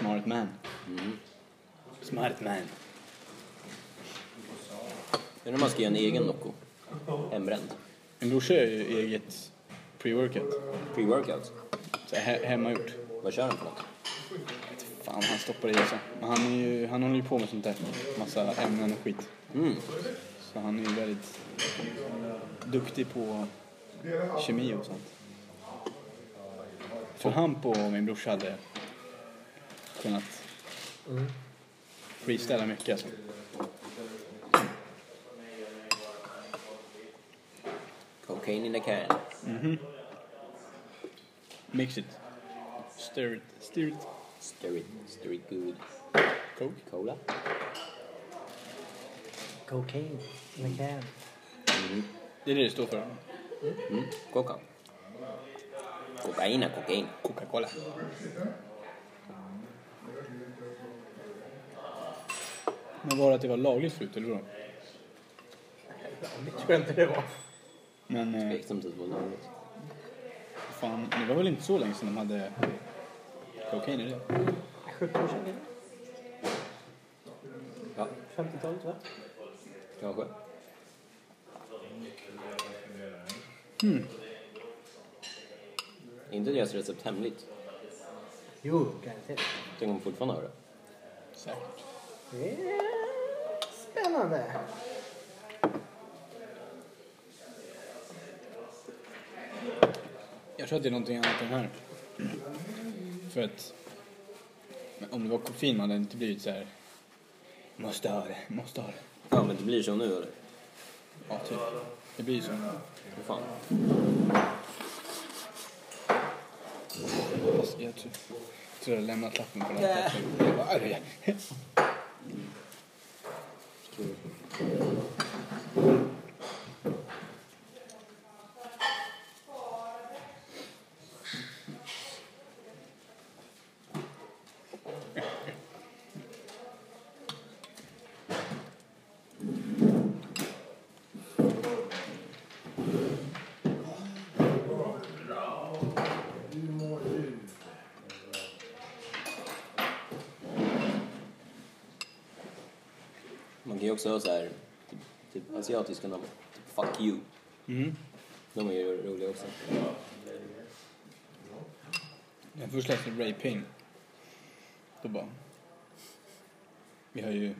[SPEAKER 3] Smart man.
[SPEAKER 1] Mm.
[SPEAKER 3] Smart man.
[SPEAKER 1] Undrar om man ska göra en egen Nocco. Hembränd.
[SPEAKER 3] Min brorsa gör ju eget pre-workout.
[SPEAKER 1] Pre-workout.
[SPEAKER 3] Så här, hemmagjort.
[SPEAKER 1] Vad kör han för något?
[SPEAKER 3] Fan, han stoppar i sig. Men han, är ju, han håller ju på med sånt där. Massa ämnen och skit.
[SPEAKER 1] Mm.
[SPEAKER 3] Så han är ju väldigt duktig på kemi och sånt. För han och min brorsa hade kunnat freestyla mycket alltså.
[SPEAKER 1] Cocaine in a can.
[SPEAKER 3] Mix it. Stir it. Stir it.
[SPEAKER 1] Stir it. Stir it good.
[SPEAKER 3] Coke.
[SPEAKER 1] Cola.
[SPEAKER 2] Cocaine. in a can.
[SPEAKER 3] Det är det det står för.
[SPEAKER 1] Mm. Coca. Kokaina, kokain.
[SPEAKER 3] Coca-Cola. Men var det att det var lagligt slut eller vadå?
[SPEAKER 2] Det tror jag inte det var.
[SPEAKER 3] Men... Eh,
[SPEAKER 1] Tveksamt att det var lagligt.
[SPEAKER 3] Fan, det var väl inte så länge sedan de hade kokain i det?
[SPEAKER 2] 70 år sedan kanske?
[SPEAKER 1] Ja,
[SPEAKER 2] 50-talet va?
[SPEAKER 1] kanske. Mm. Är inte deras recept hemligt?
[SPEAKER 2] Jo, garanterat.
[SPEAKER 1] Tänk om de fortfarande har det.
[SPEAKER 3] Säkert.
[SPEAKER 2] Det är spännande.
[SPEAKER 3] Jag tror att det är någonting annat än här. För att men om det var koffein hade det inte blivit så här. Måste ha det, måste ha det.
[SPEAKER 1] Ja, men det blir så nu eller?
[SPEAKER 3] Ja, typ. Det blir ju så.
[SPEAKER 1] Vad fan?
[SPEAKER 3] Fast Jag tror, tror jag lämnat lappen på den här platsen. Jag bara, "Aj, aj."
[SPEAKER 1] Man kan ju också ha så här, typ, typ asiatiska namn. Typ fuck you.
[SPEAKER 3] Mm.
[SPEAKER 1] De är ju roliga också.
[SPEAKER 3] Jag först läste Ray Ping. Då bara... Vi har ju...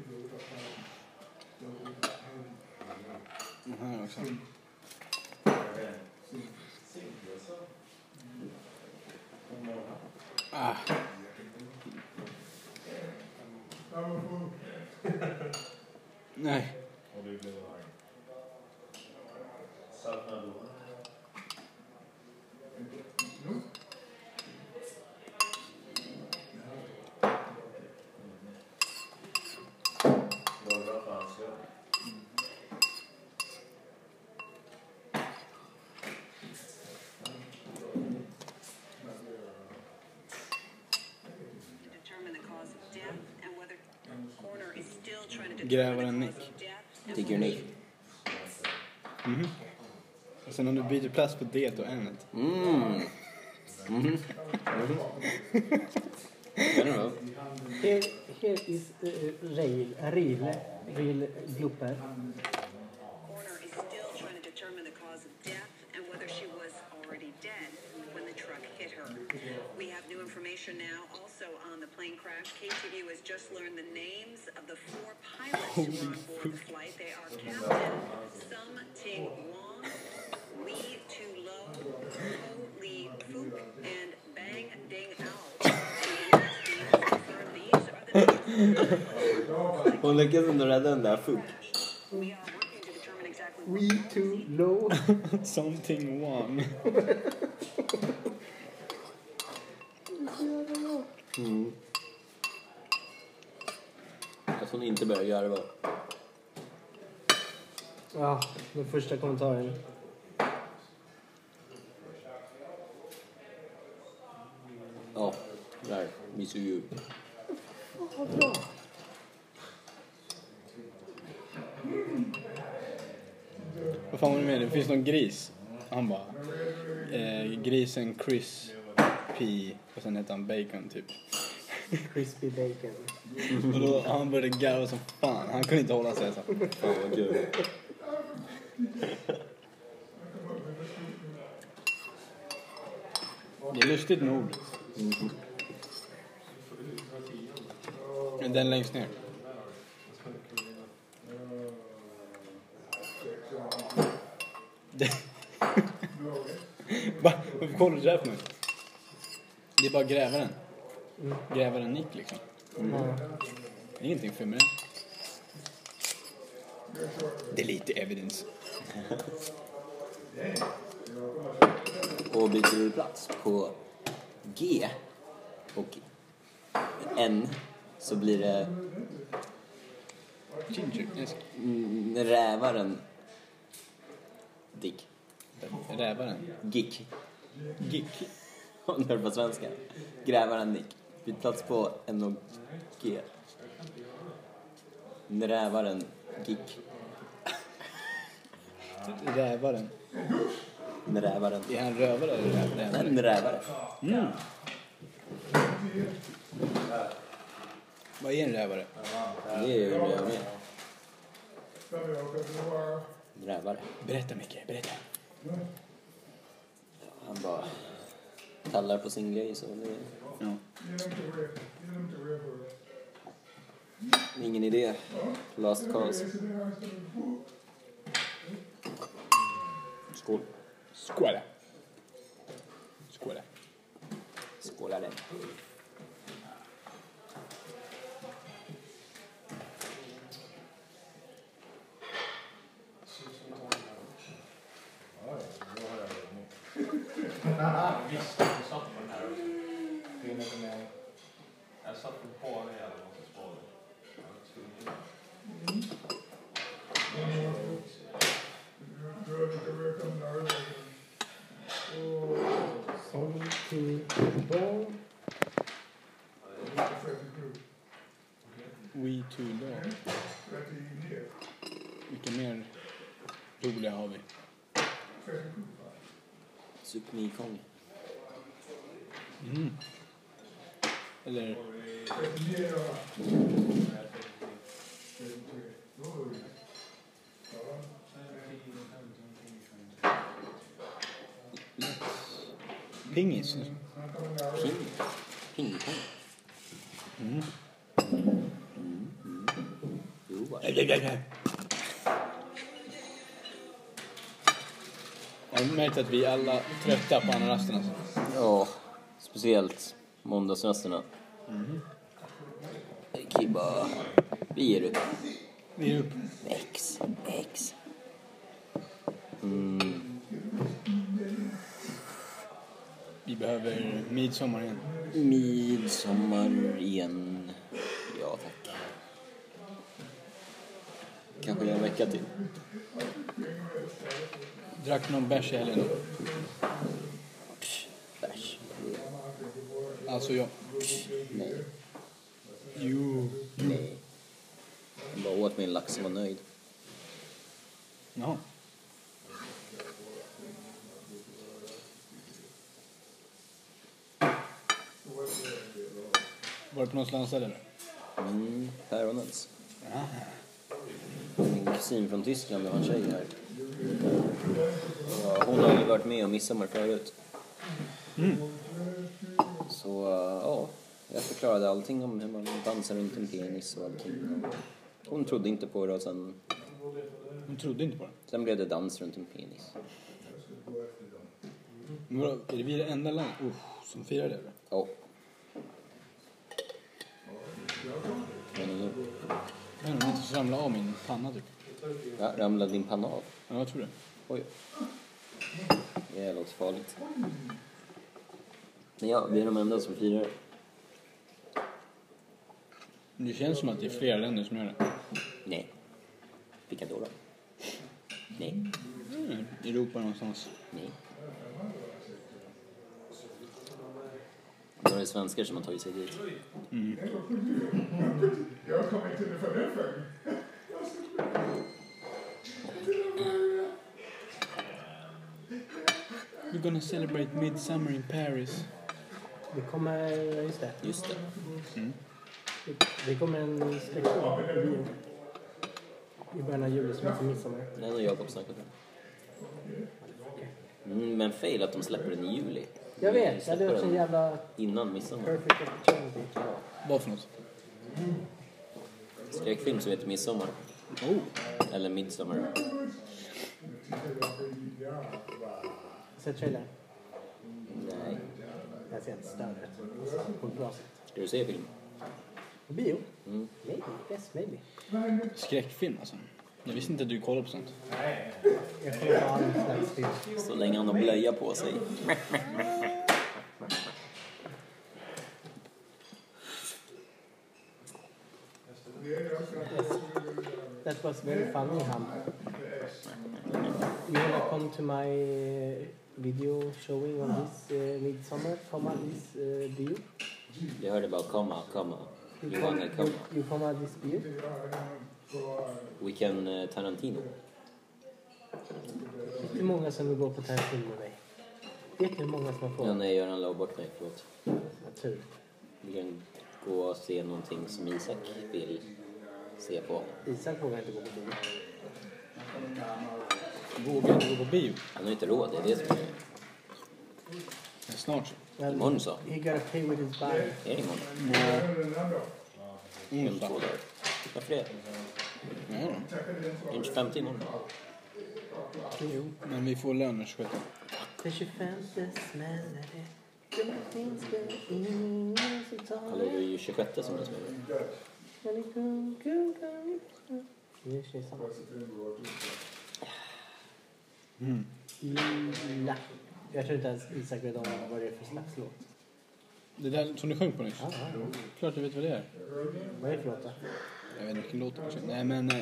[SPEAKER 3] Den här också. Ah, nej.
[SPEAKER 5] Och du blev arg. Saknar du honom? Mm. Var det bra för hans skull?
[SPEAKER 4] Vad
[SPEAKER 3] Grävaren Nick.
[SPEAKER 1] Digger Nick.
[SPEAKER 3] Mhm. Och sen om du byter plats på det och ämnet.
[SPEAKER 1] Mm. Mhm. Mhm. I don't know.
[SPEAKER 2] Here, here is uh, rail, rail, rail blooper.
[SPEAKER 6] Coroner is still trying to determine the cause of death and whether she was already dead when the truck hit her. We have new information now also on the plane crash. KTV has just learned the names of the four pilots who were on board the flight. They are Captain Sum Ting Wong, Lee Tu Lo, Ho Lee Fook, and Bang Ding Ao. These are the names
[SPEAKER 1] Hon lyckades ändå rädda den där Funk.
[SPEAKER 6] we are working to determine exactly what
[SPEAKER 2] We too low.
[SPEAKER 3] Something wrong.
[SPEAKER 1] Att hon inte börjar garva.
[SPEAKER 2] Ja, den första kommentaren.
[SPEAKER 1] Ja, där. Miss You.
[SPEAKER 3] Vad fan var det med? Det finns någon gris. Han bara... Eh, grisen Chris P. Och sen heter han Bacon typ.
[SPEAKER 2] Crispy bacon.
[SPEAKER 3] Och då han började garva som fan. Han kunde inte hålla sig. alltså. Så.
[SPEAKER 1] Fan vad kul.
[SPEAKER 3] Det är lustigt med ord. Men Den längst *laughs* ner. Det- Va? Varför kollar du det där på mig? Det är bara grävaren. Grävaren Nick liksom.
[SPEAKER 2] Ja.
[SPEAKER 3] Det är ingenting för mig. Det är lite evidence.
[SPEAKER 1] Och byter du plats på G och N så blir det
[SPEAKER 3] Ginger. Nej, jag ska-
[SPEAKER 1] mm, rävaren Dick.
[SPEAKER 3] Rävaren.
[SPEAKER 1] Gick.
[SPEAKER 3] Gick.
[SPEAKER 1] Om du hör på svenska. Grävaren Nick. Byt plats på N och G. Rävaren Gick.
[SPEAKER 3] Rävaren.
[SPEAKER 1] Rävaren.
[SPEAKER 3] Är han rövare eller rävare?
[SPEAKER 1] En rävare.
[SPEAKER 3] Mm. Vad är en rävare?
[SPEAKER 1] Det är ju jag med. Rävare.
[SPEAKER 3] Berätta Micke, berätta.
[SPEAKER 1] Han bara tallar på sin grej så det
[SPEAKER 3] Ja.
[SPEAKER 1] är ingen idé. Last cause. Skål.
[SPEAKER 3] Skåla. Skåla.
[SPEAKER 1] Skålade.
[SPEAKER 5] Jag visste att du satt på den här också. Jag satt på bara jävla massa spadar. Jag var tvungen att göra det.
[SPEAKER 2] Sång till barn.
[SPEAKER 3] We too long. Vilka mer roliga har vi?
[SPEAKER 1] Sup mi kong.
[SPEAKER 3] Eller... Pingis.
[SPEAKER 1] Ping. Ping pong. Mm. Mm. Mm. Jo, vad-
[SPEAKER 3] Har du märkt att vi är alla trötta på ananasen alltså?
[SPEAKER 1] Ja, speciellt måndagsrasterna. Mm. Kibba. Vi ger upp.
[SPEAKER 3] Vi ger upp.
[SPEAKER 1] X, X.
[SPEAKER 3] Vi behöver midsommar igen.
[SPEAKER 1] Midsommar igen. Ja, tack. Kanske en vecka till.
[SPEAKER 3] Drack någon bärs i helgen?
[SPEAKER 1] Bärs.
[SPEAKER 3] Alltså jag.
[SPEAKER 1] Nej,
[SPEAKER 3] Jo.
[SPEAKER 1] nej. Jag bara åt åt min lax och var nöjd.
[SPEAKER 3] Ja. Var det på någon slansad eller?
[SPEAKER 1] Mm, päronens. Min kusin från Tyskland, det var en tjej här. Och Hon har ju varit med om midsommar förut. Så, eh, ja. Jag förklarade allting om hur man dansar runt en penis och allting. Hon trodde inte på det och sen,
[SPEAKER 3] Hon trodde inte på det.
[SPEAKER 1] sen blev det dans runt en penis.
[SPEAKER 3] Men vadå, är det vi det enda land usch, som firar det eller?
[SPEAKER 1] Ja. Men nu,
[SPEAKER 3] Jag vet inte, om inte ramlade av min panna typ.
[SPEAKER 1] ja, ramlade din panna av?
[SPEAKER 3] Ja, jag tror det.
[SPEAKER 1] Oj. Det låter farligt. Men ja, vi är de enda som firar.
[SPEAKER 3] Men det känns som att det är flera länder som gör det.
[SPEAKER 1] Nej. Vilka då? då? Nej.
[SPEAKER 3] Mm, Europa någonstans.
[SPEAKER 1] Nej. Då är det svenskar som har tagit sig dit.
[SPEAKER 4] Jag kommer inte med för den frågan.
[SPEAKER 3] We're gonna celebrate midsummer in Paris.
[SPEAKER 2] Det kommer, ja, just det.
[SPEAKER 1] Just det.
[SPEAKER 2] Det kommer en skräckfilm på bio. i början av juli som heter Midsommar.
[SPEAKER 1] Det har Jakob snackat om. Mm, men fail att de släpper den i juli.
[SPEAKER 2] Jag
[SPEAKER 1] De
[SPEAKER 2] vet, det hade
[SPEAKER 1] släpper
[SPEAKER 2] varit en
[SPEAKER 1] den
[SPEAKER 2] jävla
[SPEAKER 1] Innan midsommar.
[SPEAKER 2] perfect opportunity.
[SPEAKER 3] Vad för något?
[SPEAKER 1] Skräckfilm som heter Midsommar.
[SPEAKER 3] Oh.
[SPEAKER 1] Eller Midsommar.
[SPEAKER 2] Sett trailern?
[SPEAKER 1] Nej.
[SPEAKER 2] Jag ser inte större. På ett bra sätt.
[SPEAKER 1] Ska du se film?
[SPEAKER 2] På bio?
[SPEAKER 1] Mm.
[SPEAKER 2] Maybe, yes maybe.
[SPEAKER 3] Skräckfilm alltså. Jag visste inte att du kollade på sånt.
[SPEAKER 2] Jag kollar på all slags film.
[SPEAKER 1] Så länge han har blöja på sig.
[SPEAKER 2] That was very funny, Ham. You wanna come to my uh, video showing on this uh, midsummer, comma this uh, bio?
[SPEAKER 1] Jag hörde bara komma, komma.
[SPEAKER 2] You
[SPEAKER 1] Johanna
[SPEAKER 2] come-
[SPEAKER 1] komma.
[SPEAKER 2] you- You comma this bio?
[SPEAKER 1] We can eh, Tarantino.
[SPEAKER 2] Vet du hur många som vill gå på Tarantino med mig? Vet du hur många som har
[SPEAKER 1] Ja,
[SPEAKER 2] frågat?
[SPEAKER 1] nej, Göran la bort mig. Förlåt.
[SPEAKER 2] Ja, tur.
[SPEAKER 1] Vi kan gå och se någonting som Isak vill se på.
[SPEAKER 2] Isak vågar inte gå på bio.
[SPEAKER 3] Vågar inte gå på bio.
[SPEAKER 1] Han har inte råd, det är det som är
[SPEAKER 3] Men snart så.
[SPEAKER 2] Men
[SPEAKER 1] Imorgon så.
[SPEAKER 2] He gotta pay with his body.
[SPEAKER 1] Är det imorgon? Om två
[SPEAKER 3] Onsdag.
[SPEAKER 1] dagar. Varför det?
[SPEAKER 3] Ja, då.
[SPEAKER 1] Är det inte 50 imorgon?
[SPEAKER 3] Jo, men vi får lön den 26.
[SPEAKER 2] Den 25 smäller det. Det finns väl ingen som tar
[SPEAKER 1] Hallå, det är
[SPEAKER 2] det.
[SPEAKER 1] ju 26 som det smäller.
[SPEAKER 2] Men det kom, kom, kom. Nu kör vi samma. Lilla. Jag tror inte ens Isak vet om vad det är för slags låt.
[SPEAKER 3] Det där som du sjöng på nyss.
[SPEAKER 2] Ah, ah.
[SPEAKER 3] Klart du vet vad det är.
[SPEAKER 2] Vad är det för låt då?
[SPEAKER 3] Jag vet inte vilken låt det är. Nej men, eh,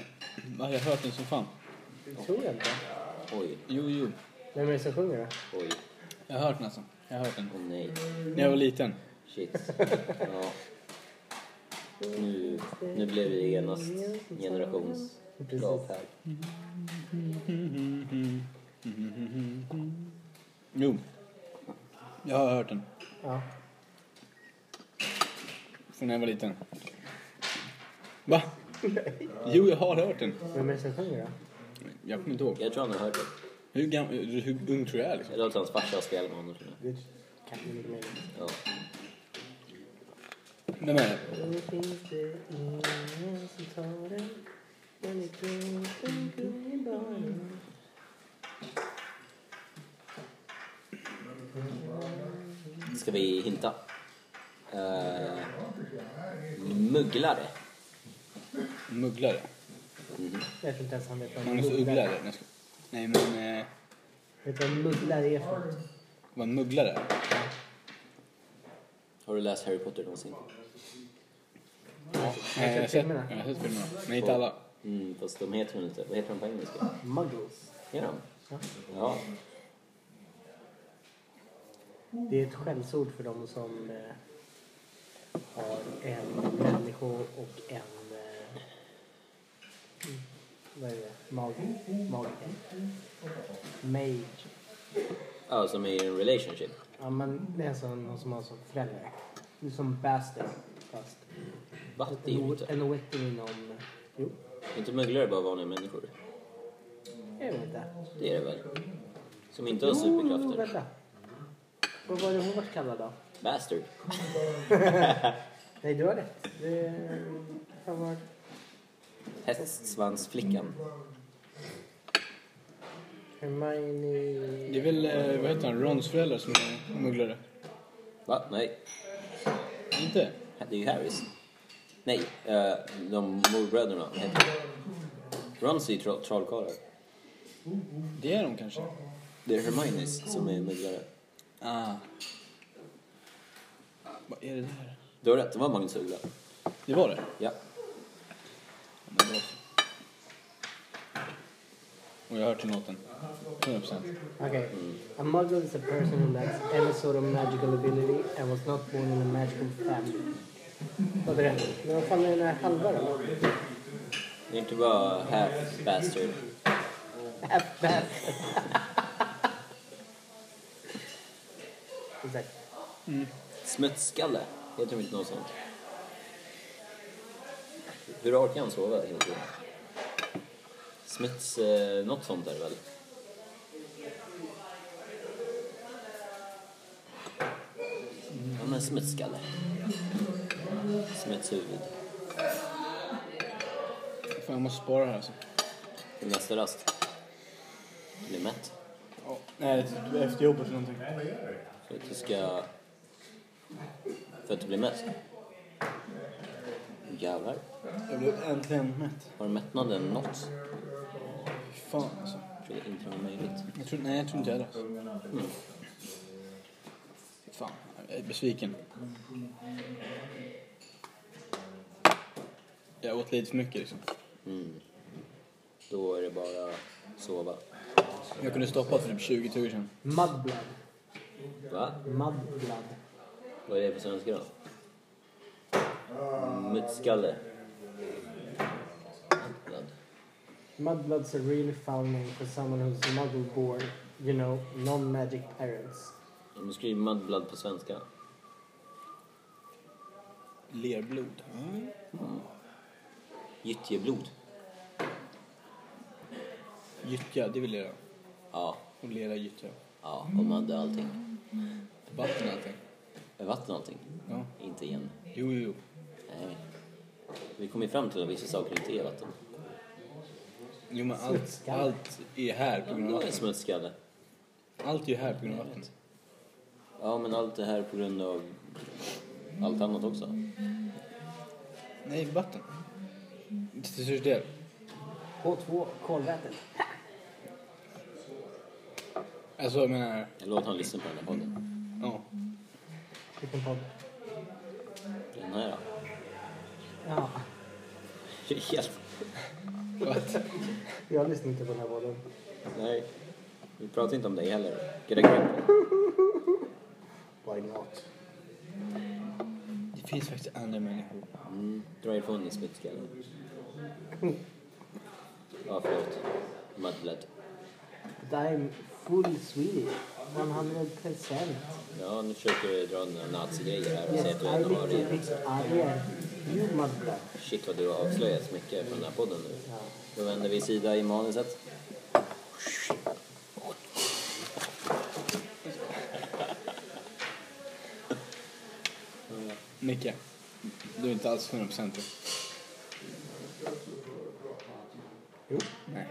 [SPEAKER 3] jag har hört den som fan.
[SPEAKER 2] Tror jag inte.
[SPEAKER 1] Oj,
[SPEAKER 3] Jo, jo.
[SPEAKER 2] Vem är det som sjunger då?
[SPEAKER 1] oj,
[SPEAKER 3] Jag har hört den alltså. Jag har hört den.
[SPEAKER 1] åh nej.
[SPEAKER 3] När jag var liten.
[SPEAKER 1] Shit. Ja. Nu, nu blev vi genast generationsgap här.
[SPEAKER 3] Jo. Jag har hört den.
[SPEAKER 2] Ja.
[SPEAKER 3] Från när jag var liten. Va? Jo, jag har hört den.
[SPEAKER 2] Vem är det som sjunger då?
[SPEAKER 3] Jag kommer inte ihåg.
[SPEAKER 1] Jag tror han har hört det.
[SPEAKER 3] Hur, gam- hur ung tror jag är liksom?
[SPEAKER 1] Jag låter hans farsa spela med honom. tror jag.
[SPEAKER 2] Det kanske är lite möjligt.
[SPEAKER 1] Ja.
[SPEAKER 3] Vem är det?
[SPEAKER 2] Nu finns det ingen som tar den. Den är kung, kung, kung i barnen.
[SPEAKER 1] Ska vi hinta? Eh, mugglare.
[SPEAKER 3] Mugglare.
[SPEAKER 2] Jag tror inte ens han vet vad
[SPEAKER 3] Magnus Ugglare. Nej, jag skojar. Nej men, eh,
[SPEAKER 2] Vet du vad mugglare är för något?
[SPEAKER 3] vad en mugglare är?
[SPEAKER 1] Har du läst Harry Potter någonsin?
[SPEAKER 3] Ja, nej, jag har sett
[SPEAKER 2] filmerna.
[SPEAKER 3] Eh, jag har sett filmerna. Men inte alla.
[SPEAKER 1] Mm, fast de heter väl inte... Vad heter de på engelska?
[SPEAKER 2] Muggles.
[SPEAKER 1] Gör de?
[SPEAKER 2] Ja.
[SPEAKER 1] Ja.
[SPEAKER 2] Det är ett skällsord för de som eh, har en människo och en eh, vad är det? Mag, magiker. Mage.
[SPEAKER 1] Ja, som är i en relationship.
[SPEAKER 2] Ja men det är en sån någon som har som förälder. Det är som bastard fast.
[SPEAKER 1] Va? Det är
[SPEAKER 2] En,
[SPEAKER 1] ju
[SPEAKER 2] o-
[SPEAKER 1] inte.
[SPEAKER 2] en oäkting inom... Jo,
[SPEAKER 1] Inte möglare bara vanliga människor.
[SPEAKER 2] jag vet inte. Oh,
[SPEAKER 1] Det är det väl? Som inte har superkrafter.
[SPEAKER 2] vänta. Vad var det hon vart kallad då?
[SPEAKER 1] Bastard.
[SPEAKER 2] Nej, du har rätt. Det fan var...
[SPEAKER 1] Hästsvansflickan.
[SPEAKER 3] Det är
[SPEAKER 2] Hermione...
[SPEAKER 3] väl, eh, vad heter han, Rons föräldrar som är mugglare?
[SPEAKER 1] Va? Nej.
[SPEAKER 3] Inte?
[SPEAKER 1] Det är ju Harrys. Nej, eh, de morbröderna. vad heter de? Rons är ju troll- trollkarlar.
[SPEAKER 3] Det är de kanske?
[SPEAKER 1] Det är Hermione's som är möglare.
[SPEAKER 3] Ah. Vad är det där?
[SPEAKER 1] Du har rätt, det var Magnus Uggla.
[SPEAKER 3] Det var det? Oh
[SPEAKER 1] Ja.
[SPEAKER 3] Ja, men det var så. Och jag har hört den låten. 100%.
[SPEAKER 2] Okay. A muggle is a person who lacks any sort of magical ability and was not born in a magical family. Vad är det? Men vad fan är den här halva då?
[SPEAKER 1] Det är inte bara half bastard.
[SPEAKER 2] *laughs* Bastard. Exakt.
[SPEAKER 1] Smutskalle. Jag tror inte något sånt. Hur orkar han sova hela tiden? Smuts... Eh, något sånt är det väl? Ja men smutskalle. Smutshuvud.
[SPEAKER 3] Fan, jag måste spara det här alltså.
[SPEAKER 1] Till nästa rast. Blir mätt.
[SPEAKER 3] Nej, efter jobbet eller någonting.
[SPEAKER 1] För att du ska... För att du blir mätt. Jävlar.
[SPEAKER 3] Jag blev äntligen mätt.
[SPEAKER 1] Har mättnaden nått?
[SPEAKER 3] Fy Fan alltså.
[SPEAKER 1] Tror det inte var möjligt.
[SPEAKER 3] Jag tror, nej, jag tror inte jag det. Mm. Fan, jag är besviken. Jag åt lite för mycket liksom.
[SPEAKER 1] Då är det bara sova.
[SPEAKER 3] Jag kunde stoppa för typ 20 tuggor sedan.
[SPEAKER 2] Mudblood.
[SPEAKER 1] Va?
[SPEAKER 2] Mudblood.
[SPEAKER 1] Vad är det på svenska då? Mutskalle. Mutblad.
[SPEAKER 2] Mudblood's a really foul name for someone who's muggle born, you know, non-magic parents.
[SPEAKER 1] Om du skriver mudblad på svenska.
[SPEAKER 3] Lerblod. Mm.
[SPEAKER 1] Gyttjeblod.
[SPEAKER 3] Gyttja, det vill jag göra.
[SPEAKER 1] Ja.
[SPEAKER 3] Och lera gyttja.
[SPEAKER 1] Ja, om man dör allting.
[SPEAKER 3] Vatten och allting.
[SPEAKER 1] Med vatten och allting.
[SPEAKER 3] Ja.
[SPEAKER 1] Inte igen.
[SPEAKER 3] Jo, jo, jo.
[SPEAKER 1] Nej. Vi kom ju fram till att vissa saker inte är vatten.
[SPEAKER 3] Jo men allt,
[SPEAKER 2] Smutskall.
[SPEAKER 3] allt är här på grund av
[SPEAKER 1] Då är det
[SPEAKER 3] vatten.
[SPEAKER 1] smutskalle.
[SPEAKER 3] Allt är här på grund av vatten.
[SPEAKER 1] Ja, men allt det här på grund av allt annat också.
[SPEAKER 3] Nej, vatten. Till största del.
[SPEAKER 2] H2, kolvätet.
[SPEAKER 3] Alltså jag menar,
[SPEAKER 1] Jag lovar att han lyssnar på den här podden.
[SPEAKER 3] ja.
[SPEAKER 2] Vilken podd?
[SPEAKER 1] Den här ja. *laughs*
[SPEAKER 2] Ja,
[SPEAKER 1] Helt...
[SPEAKER 3] What?
[SPEAKER 2] jag lyssnar inte på den här podden.
[SPEAKER 1] Nej. Vi pratar inte om dig heller. Get a grip.
[SPEAKER 2] Why not?
[SPEAKER 3] Det finns faktiskt andra människor.
[SPEAKER 1] Mm, dra ifrån din smutsskalle. Ja, förlåt. Mudblad.
[SPEAKER 2] I'm full Swedish. 100%.
[SPEAKER 1] Ja, nu försöker du dra några nazigrejer här och säga att
[SPEAKER 2] Yes,
[SPEAKER 1] du
[SPEAKER 2] I
[SPEAKER 1] är en
[SPEAKER 2] will
[SPEAKER 1] arie.
[SPEAKER 2] convict Aryan. You mudblood.
[SPEAKER 1] Shit vad du har avslöjats mycket från den här podden nu.
[SPEAKER 2] Ja.
[SPEAKER 1] Då vänder vi sida i manuset.
[SPEAKER 3] Micke, du är inte alls 100% det.
[SPEAKER 2] Jo.
[SPEAKER 3] Nej.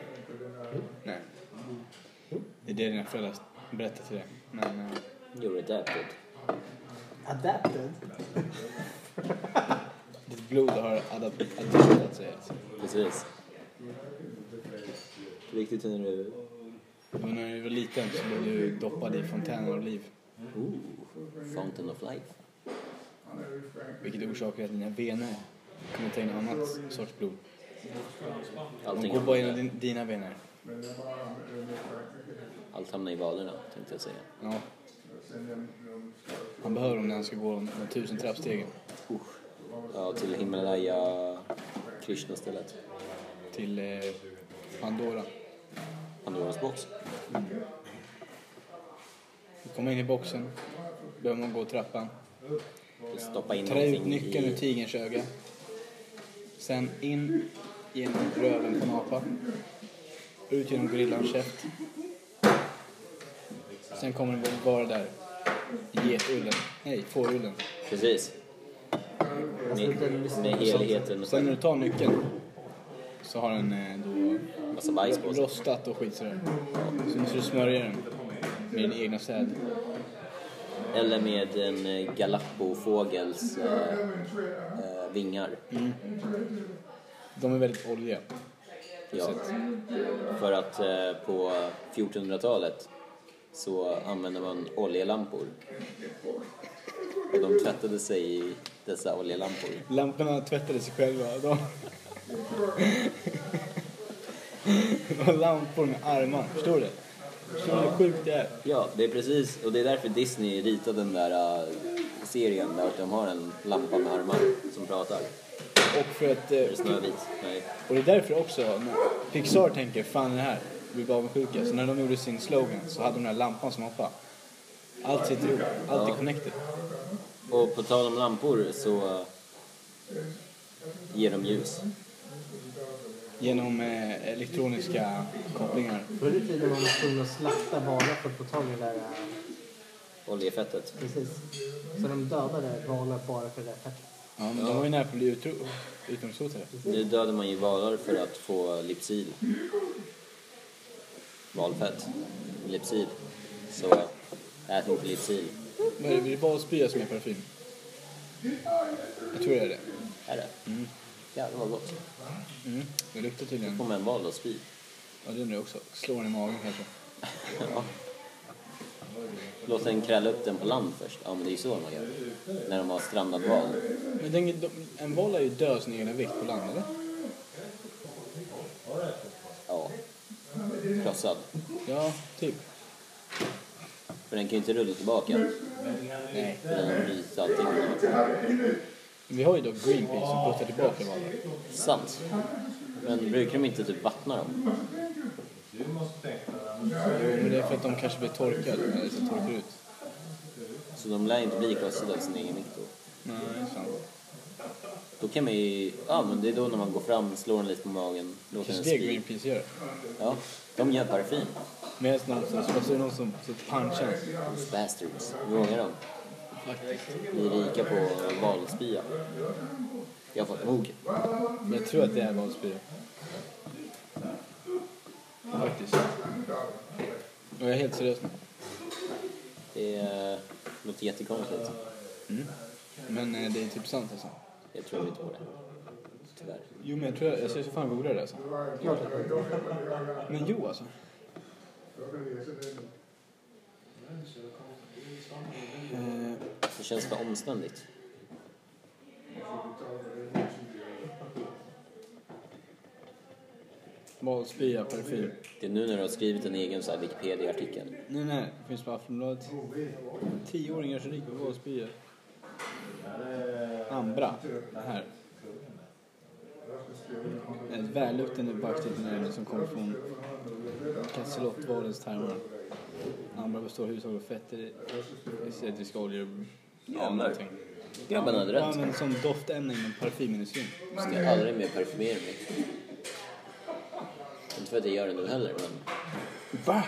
[SPEAKER 3] Nej. Det är det dina föräldrar berättar till dig. Men eh,
[SPEAKER 1] You're adapted.
[SPEAKER 2] Adapted?
[SPEAKER 3] ditt blod har adap- adapterat sig. Alltså.
[SPEAKER 1] Precis. Riktigt när du...
[SPEAKER 3] Det var när du var liten så blev du doppad i fontänen av liv.
[SPEAKER 1] Ooh, fountain of life.
[SPEAKER 3] Vilket orsakar att dina vener kommer ta in annat sorts blod. De
[SPEAKER 1] Allting
[SPEAKER 3] går bara genom
[SPEAKER 1] hamnar,
[SPEAKER 3] din, dina vener.
[SPEAKER 1] allt hamnar i vaderna, tänkte jag säga.
[SPEAKER 3] Ja. Han behöver dem när han ska gå de de tusen trappstegen.
[SPEAKER 1] Ja, till Himalaya... Krishna-stället.
[SPEAKER 3] Till eh, Pandora.
[SPEAKER 1] Pandoras box.
[SPEAKER 3] Komma in i boxen. Behöver man gå trappan.
[SPEAKER 1] Stoppa in
[SPEAKER 3] Trä ut
[SPEAKER 1] någonting
[SPEAKER 3] nyckeln ur
[SPEAKER 1] i...
[SPEAKER 3] tigerns öga. Sen in genom röven på en apa. Ut genom gorillans käft. Sen kommer den väl vara där. i Getullen. Nej, fårullen.
[SPEAKER 1] Precis. Med, med helheten och
[SPEAKER 3] Sen när du tar nyckeln så har den eh, då
[SPEAKER 1] massa bajs på sig.
[SPEAKER 3] rostat och skitsröd. Så måste du smörja den med din egna säd.
[SPEAKER 1] Eller med en eh, galapofågels eh, eh, vingar.
[SPEAKER 3] De är väldigt oljiga.
[SPEAKER 1] Ja. För att eh, på 1400-talet så använde man oljelampor. Och de tvättade sig i dessa oljelampor.
[SPEAKER 3] Lamporna tvättade sig själva. De... *laughs* Det var lampor med armar. Förstår du? Förstår du hur sjukt det är?
[SPEAKER 1] Ja, det är precis, och det är därför Disney ritade den där eh, serien där de har en lampa med armar som pratar.
[SPEAKER 3] Och för att... eh,
[SPEAKER 1] Är det Snövit? Nej.
[SPEAKER 3] Och det är därför också när Pixar tänker fan är det här? Vi blir avundsjuka. Så när de gjorde sin slogan så hade de den här lampan som hoppade. Allt sitter ihop. Allt är connected.
[SPEAKER 1] Och på tal om lampor så eh, ger de ljus.
[SPEAKER 3] Genom eh, elektroniska kopplingar.
[SPEAKER 2] Förr i tiden var man tvungen att slakta bara för att få tag i det där. eh,
[SPEAKER 1] Oljefettet.
[SPEAKER 2] Precis. Så de dödade valar bara för det där fettet.
[SPEAKER 3] Ja, men de var ju nära på att bli utro- utrotningshotade.
[SPEAKER 1] Nu dödar man ju valar för att få lipsil. Valfett. Lipsil. Så äh, ät inte lipsil.
[SPEAKER 3] Men är det valspya som är parfym? Jag tror det är det.
[SPEAKER 1] Är det? Mm. Jävlar vad gott.
[SPEAKER 3] Mm. Det luktar tydligen.
[SPEAKER 1] Kommer en val och spy.
[SPEAKER 3] Ja, det undrar jag också. Slår den i magen kanske.
[SPEAKER 1] Ja. Låt den krälla upp den på land först. Ja men det är ju så man gör. När de har strandat val.
[SPEAKER 3] Men den, de, en val är ju död sin egna vikt på land, eller?
[SPEAKER 1] Ja. Krossad.
[SPEAKER 3] Ja, typ.
[SPEAKER 1] För den kan ju inte rulla tillbaka.
[SPEAKER 3] Nej.
[SPEAKER 1] För den har brutit allting.
[SPEAKER 3] Vi har ju då Greenpeace som puttar tillbaka valar.
[SPEAKER 1] Sant. Men brukar de inte typ vattna dem?
[SPEAKER 3] Jo, men det är för att de kanske blir torkade, eller så torkar ut.
[SPEAKER 1] Så de lär inte bli krossade av sin egen vikt då.
[SPEAKER 3] Nej, det är sant.
[SPEAKER 1] Då kan man ju, ja men det är då när man går fram, slår den lite på magen, låter
[SPEAKER 3] Kanske
[SPEAKER 1] den
[SPEAKER 3] det
[SPEAKER 1] spy.
[SPEAKER 3] Greenpeace gör.
[SPEAKER 1] Ja, de gör parfym.
[SPEAKER 3] Medan någon som, fast det är någon som så punchar en.
[SPEAKER 1] Bastards. Hur många de?
[SPEAKER 3] Faktiskt.
[SPEAKER 1] Blir rika på valspya. Jag har fått nog.
[SPEAKER 3] Jag tror att det är valspya. Faktiskt. Och jag är helt seriös nu.
[SPEAKER 1] Det eh, låter jättekonstigt.
[SPEAKER 3] Men eh, det är typ sant alltså.
[SPEAKER 1] Jag tror inte på det. Tyvärr.
[SPEAKER 3] Jo men jag tror jag, jag ska så fan googla det alltså. Men jo alltså. Eh,
[SPEAKER 1] Det känns för omständigt.
[SPEAKER 3] Valspya, parfym.
[SPEAKER 1] Det är nu när du har skrivit en egen så här Wikipedia-artikel.
[SPEAKER 3] Nej nej, det finns på Aftonbladet. Tioåringar som rik på valspya. Ambra, det här. Ett välluktande baktigt ämne som kommer från kasselotvalens tarmar. Ambra består huvudsakligen av fetter, estetiska oljor
[SPEAKER 1] Jävlar.
[SPEAKER 3] och någonting.
[SPEAKER 1] Grabbarna hade rätt.
[SPEAKER 3] Används som doftämne inom parfymindustrin.
[SPEAKER 1] Jag ska aldrig mer parfymera mig. Inte för att jag gör det nu heller, men
[SPEAKER 3] Va?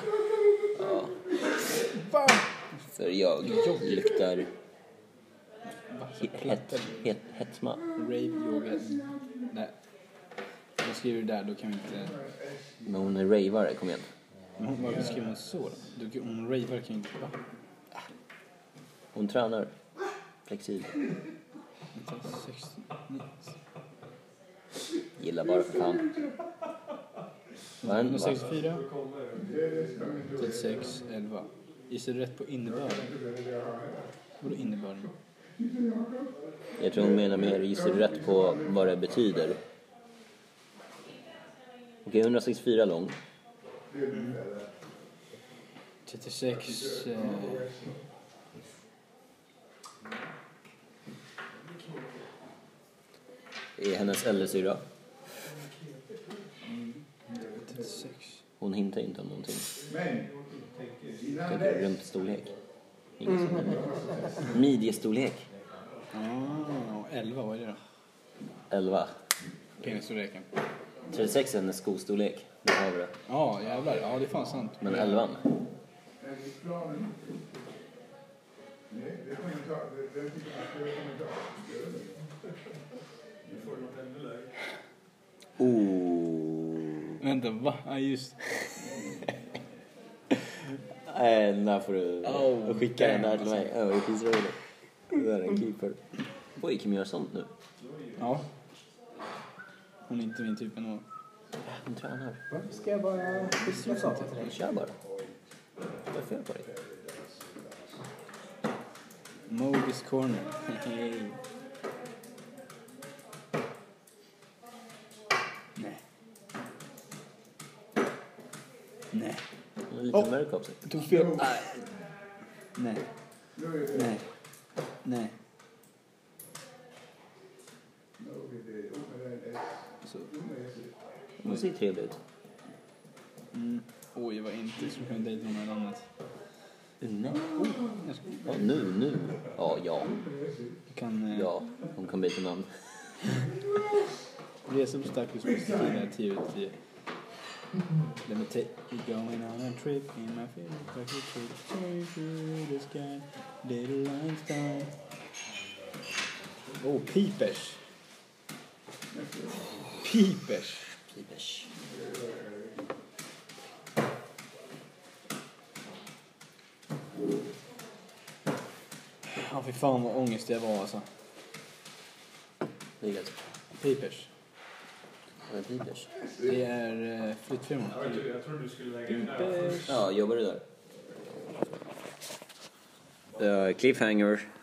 [SPEAKER 3] Va?
[SPEAKER 1] för jag luktar he- het, het, hetma.
[SPEAKER 3] Rave yoga. Nej. Jag skriver det där, då kan vi inte...
[SPEAKER 1] Men hon är ravare, kom igen.
[SPEAKER 3] Men hon- varför skriver hon så då? Du, kan- hon ravar kan ju inte... Va?
[SPEAKER 1] Hon tränar. Flexibel.
[SPEAKER 3] Vänta, 16, 19.
[SPEAKER 1] Gillar bara för fan. Var en, var,
[SPEAKER 3] 64, 36, 11. Gissar du rätt på innebörden? Vadå innebörden?
[SPEAKER 1] jag tror hon menar mer gissar du rätt på vad det betyder. Okej, 164 lång.
[SPEAKER 3] 36... Eh...
[SPEAKER 1] Det är hennes äldre syrra. Hon hintar inte om någonting.
[SPEAKER 4] Men innan
[SPEAKER 1] Tänker
[SPEAKER 4] det
[SPEAKER 1] runt storlek. Ingen som är- Midjestorlek.
[SPEAKER 3] Ah, 11, vad är det då?
[SPEAKER 1] 11.
[SPEAKER 3] Penisstorleken.
[SPEAKER 1] 36 är hennes skostorlek. Där har vi det.
[SPEAKER 3] Ja, jävlar. Ja, det är fan sant.
[SPEAKER 1] Men 11.
[SPEAKER 4] enligt planen... Nej, det kommer inte ta... Det det tycker jag inte kommer ta.
[SPEAKER 1] Oh.
[SPEAKER 3] Vänta, va? Ja, just
[SPEAKER 1] Nej, den där får du
[SPEAKER 3] Oh,
[SPEAKER 1] skicka den där
[SPEAKER 3] damn, alltså.
[SPEAKER 1] till mig. Ja, det finns roligt. Det där är en keeper. Oj, Kim gör sånt nu.
[SPEAKER 3] Ja. Hon är inte min typ ändå.
[SPEAKER 1] Hon tränar.
[SPEAKER 2] Ska jag bara pyssla med saker till dig?
[SPEAKER 1] Kör bara. Vad är fel på dig?
[SPEAKER 3] Mogis corner. *laughs* Hej. Nej. Nej.
[SPEAKER 1] Hon är lite
[SPEAKER 3] Oh.
[SPEAKER 1] mörk av sig.
[SPEAKER 3] Jag tog fel. Nej. Nej. Nej. Nej. Så.
[SPEAKER 1] Hon ser trevlig ut.
[SPEAKER 3] Mm. Oj, vad inte. Jag skulle kunna dejta någon eller annat.
[SPEAKER 1] Nej. Ja, nu, nu. Ja, ja.
[SPEAKER 3] Jag kan eh,
[SPEAKER 1] Ja, hon kan byta namn.
[SPEAKER 3] resa på Stackars Christina 10 ur 10. Let me take you going on a trip in my favorite bucket trip. Sorry through the sky, little Einstein. Oh, Peepers. Peepers.
[SPEAKER 1] Pibers.
[SPEAKER 3] Ja, fy fan vad ångest jag var alltså.
[SPEAKER 1] Det är ganska
[SPEAKER 3] Peepers.
[SPEAKER 1] Vad är Pibers?
[SPEAKER 3] Det är eh, flyttfirman.
[SPEAKER 5] Jag trodde du skulle lägga in det.
[SPEAKER 1] Ja, jobbar du där? Uh, cliffhanger.